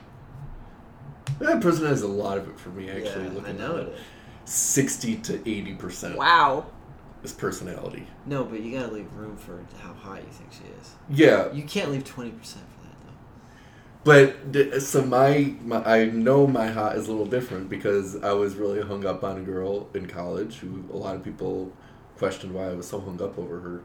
S5: yeah, personality is a lot of it for me. Actually,
S7: yeah, I
S5: looking
S7: know
S5: at
S7: it.
S5: it, sixty to eighty percent
S6: wow.
S5: is personality.
S7: No, but you gotta leave room for how hot you think she is.
S5: Yeah,
S7: You can't leave twenty percent for that though.
S5: But d- so my, my I know my hot is a little different because I was really hung up on a girl in college who a lot of people questioned why I was so hung up over her.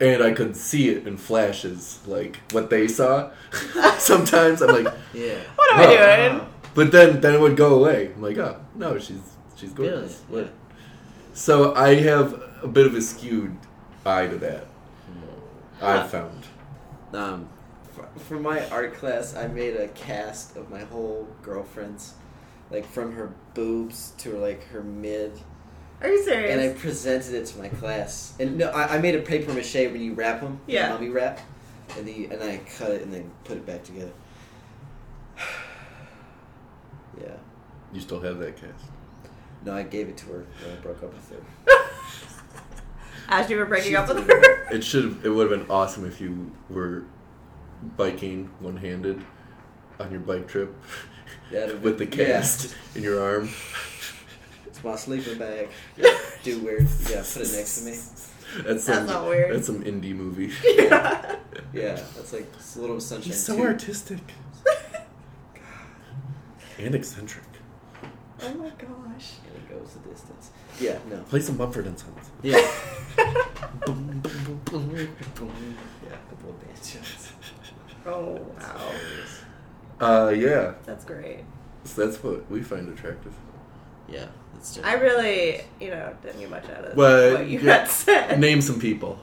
S5: And I could see it in flashes, like what they saw. Sometimes I'm like,
S7: Yeah.
S6: What am
S5: Oh.
S6: I doing?
S5: but then then it would go away. I'm like, oh no, she's she's
S7: Really?
S5: gorgeous.
S7: Yeah.
S5: What- So I have a bit of a skewed eye to that. I found.
S7: Um, for, for my art class, I made a cast of my whole girlfriends, like from her boobs to like her mid,
S6: Are you
S7: and I
S6: serious?
S7: presented it to my class. And no, I, I made a paper mache when you wrap them,
S6: Yeah.
S7: mummy wrap, and the and I cut it and then put it back together. yeah,
S5: You still have that cast.
S7: no, I gave it to her when I broke up with her.
S6: As you were breaking up with
S7: She's
S6: her.
S5: It should. It would have been awesome if you were biking one-handed on your bike trip
S7: That'd be-
S5: with the
S7: yeah.
S5: cast in your arm.
S7: It's my sleeping bag. Do weird. Yeah, put it next to me.
S5: That's, some,
S6: not weird.
S5: That's some indie movie.
S6: Yeah.
S7: Yeah, that's like it's a little sunshine.
S5: He's so
S7: too.
S5: artistic and eccentric.
S6: oh my gosh.
S7: And it goes the distance. Yeah, no.
S5: Play some Mumford and Sons.
S7: Yeah. yeah, the little banjos.
S6: Oh wow.
S5: Uh, yeah.
S6: That's great.
S5: So that's what we find attractive.
S7: Yeah, it's just.
S6: I really, you know, didn't get much out of
S5: Well,
S6: what you
S5: yeah.
S6: had said.
S5: Name some people.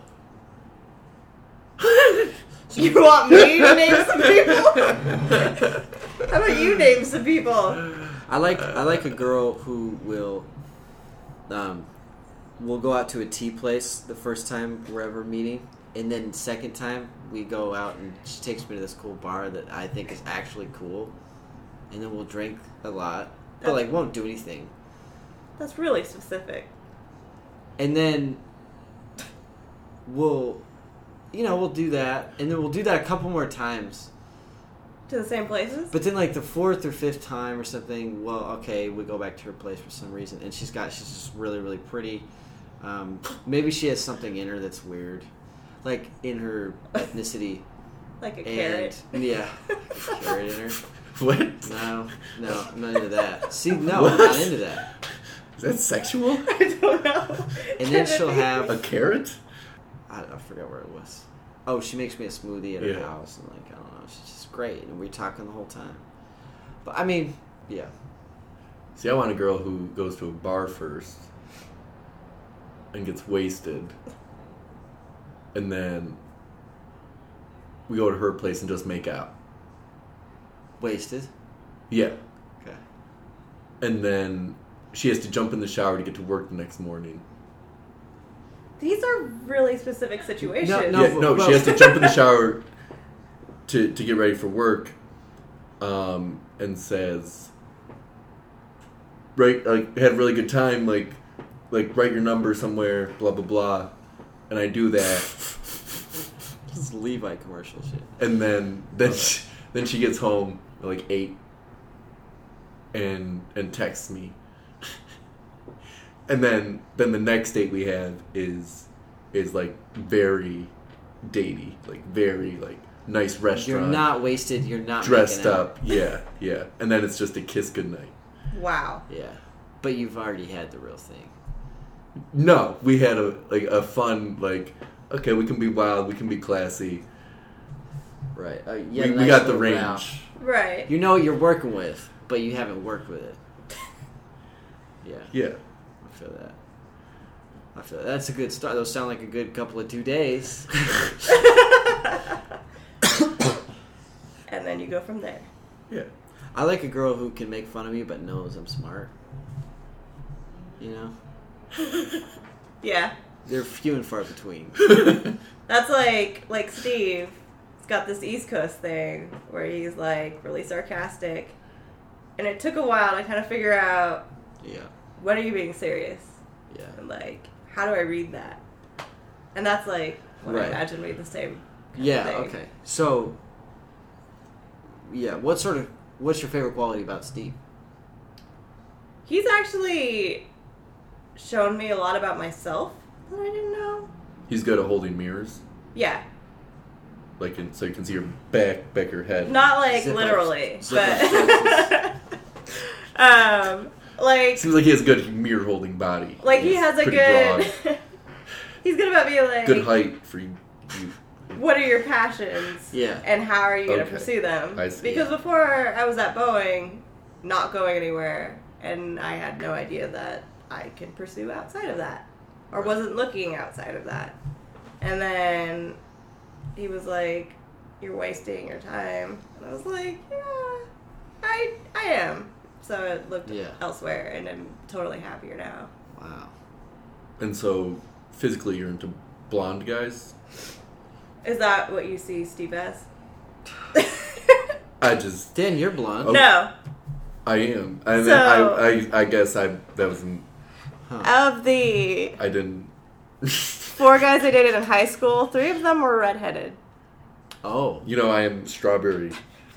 S6: you want me to name some people? How about you name some people?
S7: I like I like a girl who will, um, will go out to a tea place the first time we're ever meeting, and then second time we go out and she takes me to this cool bar that I think is actually cool, and then we'll drink a lot, but like won't do anything.
S6: That's really specific.
S7: And then we'll, you know, we'll do that, and then we'll do that a couple more times.
S6: To the same places?
S7: But then, like the fourth or fifth time or something, well, okay, we go back to her place for some reason, and she's got she's just really really pretty. Um, maybe she has something in her that's weird, like in her ethnicity.
S6: like
S7: and
S6: a carrot.
S7: yeah, carrot in her.
S3: What?
S7: No, no, I'm not into that. See, no, I'm
S3: What?
S7: not into that.
S3: Is that sexual?
S6: I don't know.
S7: And then she'll have
S3: A carrot?
S7: I, I forgot where it was. Oh, she makes me a smoothie at her
S5: Yeah.
S7: house, and like I don't know, she's just great, and we're talking the whole time. But I mean, yeah,
S5: See, I want a girl who goes to a bar first and gets wasted, and then we go to her place and just make out.
S7: wasted.
S5: Yeah.
S7: Okay.
S5: And then she has to jump in the shower to get to work the next morning.
S6: These are really specific situations.
S7: No,
S5: yeah,
S7: but-
S5: no,
S7: well-
S5: she has to jump in the shower to to get ready for work. Um, and says, "Right, like had a really good time. Like, like write your number somewhere. Blah blah blah." And I do that,
S7: This is Levi commercial shit.
S5: and then then she, then she gets home at like eight, and and texts me. and then then the next date we have is is like very datey, like very like nice
S7: You're
S5: restaurant.
S7: not wasted. You're not
S5: dressed
S7: making out.
S5: up. Yeah, yeah. And then it's just a kiss goodnight.
S6: Wow.
S7: Yeah, but you've already had the real thing.
S5: No, we had a like a fun like okay, we can be wild, we can be classy.
S7: Right. Uh,
S5: We,
S7: yeah,
S5: we got the range.
S6: Right.
S7: You know what you're working with, but you haven't worked with it. Yeah,
S5: Yeah.
S7: I feel that. I feel that's a good start. Those sound like a good couple of two days.
S6: and then you go from there.
S5: Yeah.
S7: I like a girl who can make fun of me but knows I'm smart. You know?
S6: Yeah.
S7: They're few and far between.
S6: That's like like Steve. He's got this East Coast thing where he's like really sarcastic, and it took a while to kind of figure out
S7: Yeah.
S6: when are you being serious
S7: Yeah.
S6: and like how do I read that. And that's like what I
S7: Right.
S6: imagine we the same.
S7: Yeah,
S6: thing.
S7: okay. So Yeah, what sort of what's your favorite quality about Steve?
S6: He's actually shown me a lot about myself that I didn't know.
S5: He's good at holding mirrors.
S6: Yeah,
S5: Like in, so you can see her back back her head.
S6: not like
S7: Zip-ups.
S6: literally,
S7: Zip-ups.
S6: but um, like
S5: Seems like he has a good mirror holding body.
S6: Like he
S5: He's
S6: has a
S5: pretty
S6: good.
S5: broad.
S6: he's good about being like,
S5: good height for you. you-
S6: what are your passions?
S7: Yeah.
S6: And how are you going to
S5: Okay.
S6: pursue them?
S5: I see.
S6: Because before I was at Boeing, not going anywhere, and I had no idea that I could pursue outside of that, or wasn't looking outside of that. And then he was like, "You're wasting your time," and I was like, "Yeah, I I am." So I looked
S7: Yeah.
S6: elsewhere, and I'm totally happier now.
S7: Wow.
S5: And so physically you're into blonde guys.
S6: Is that what you see Steve as?
S5: I just
S7: Dan, you're blonde.
S5: Oh.
S6: no.
S5: I am. And
S6: So-
S5: I, I I guess I that was
S6: Of the
S5: I didn't
S6: four guys I dated in high school, three of them were redheaded.
S7: Oh.
S5: You know, I am strawberry.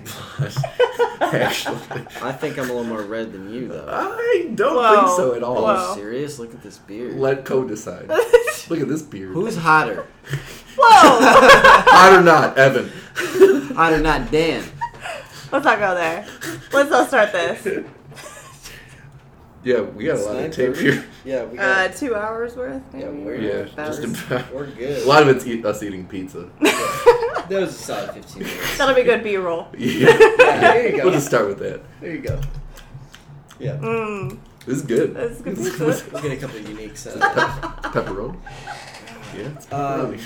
S5: Actually,
S7: I think I'm a little more red than you though.
S5: I don't
S6: Whoa.
S5: think so at all.
S7: Are you
S6: Whoa.
S7: serious? Look at this beard.
S5: Let Co decide. Look at this beard.
S7: Who's hotter?
S6: Whoa!
S5: hot or not, Evan?
S7: Hotter not Dan.
S6: Let's not go there. Let's not start this.
S5: Yeah, we got a lot of tape here.
S7: Yeah, we
S6: Uh, two hours worth?
S7: Yeah,
S6: Maybe?
S7: we're-
S5: Yeah,
S6: That
S5: just
S6: was-
S5: about.
S7: we're
S5: A
S7: good.
S5: lot of it's eat, us eating pizza.
S7: That was a solid 15 minutes.
S6: That'll be good B-roll.
S5: Yeah,
S7: there you go.
S5: we'll just start with that.
S7: There you go. Yeah.
S6: Mm,
S5: This is good.
S6: that's good pizza.
S7: We'll get a couple of unique uh, setups.
S5: Pepperoni. Yeah, it's
S7: Um,
S5: pepperoni.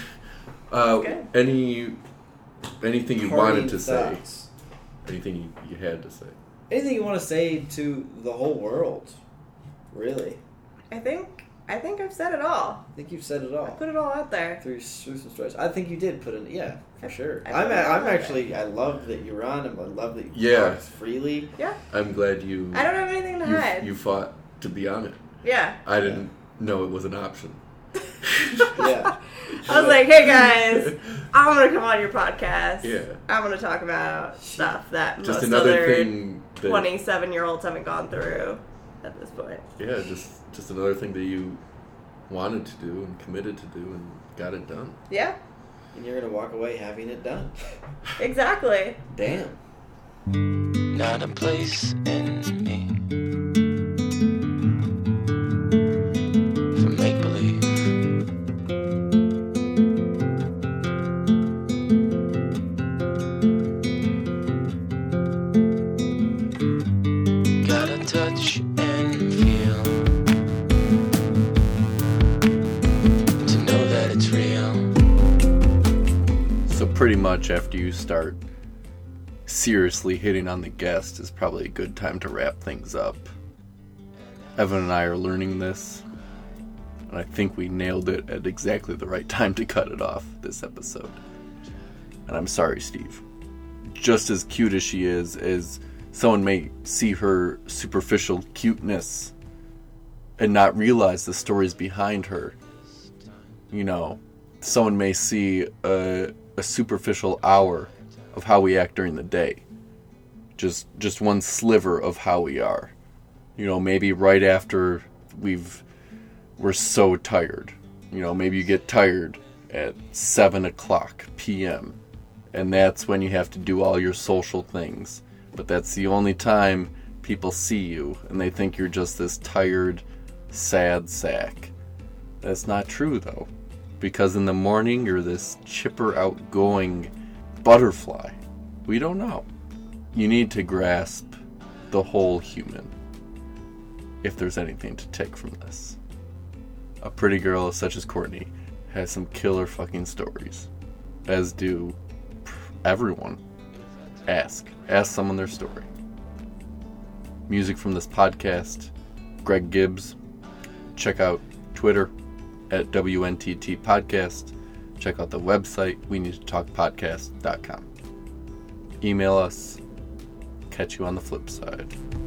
S5: Uh,
S6: good.
S5: any anything you wanted to say?
S7: say.
S5: Anything you, you had to say?
S7: Anything you want to say to the whole world, really?
S6: I think I think I've said it all.
S7: I think you've said it
S6: I
S7: all.
S6: put it all out there.
S7: Through through some stories. I think you did put in. Yeah, for
S6: I-
S7: sure.
S6: I
S7: I am
S6: put it
S7: I'm
S6: out there.
S7: actually. I love that you're on. and I love that you
S5: Yeah.
S7: talk freely.
S5: I'm glad you
S6: I don't have anything to hide.
S5: you, you fought to be on it.
S6: yeah.
S5: I didn't know it was an option.
S7: Yeah.
S6: I was like, hey guys, I'm gonna come on your podcast.
S5: Yeah.
S6: I'm gonna talk about stuff that
S5: Just
S6: most
S5: another
S6: other
S5: thing that
S6: 27 year olds haven't gone through at this point.
S5: yeah, just just another thing that you wanted to do and committed to do and got it done.
S6: Yeah,
S7: and you're gonna walk away having it done.
S6: exactly.
S7: Damn.
S8: not a place in me for make believe. Gotta touch and feel to know that it's real.
S5: So pretty much after you start seriously hitting on the guest is probably a good time to wrap things up. Evan and I are learning this, and I think we nailed it at exactly the right time to cut it off this episode. And I'm sorry, Steve. Just as cute as she is, as someone may see her superficial cuteness and not realize the stories behind her, you know, someone may see a, a superficial hour of how we act during the day just just one sliver of how we are you know maybe right after we've we're so tired you know maybe you get tired at 7 o'clock pm and that's when you have to do all your social things but that's the only time people see you and they think you're just this tired sad sack that's not true though because in the morning you're this chipper, outgoing butterfly. We don't know. You need to grasp the whole human if there's anything to take from this. A pretty girl such as Courtney has some killer fucking stories, as do everyone. Ask. Ask someone their story. Music from this podcast, Greg Gibbs. Check out Twitter, at WNTT Podcast. Check out the website, we need to talk podcast.com. Email us. Catch you on the flip side.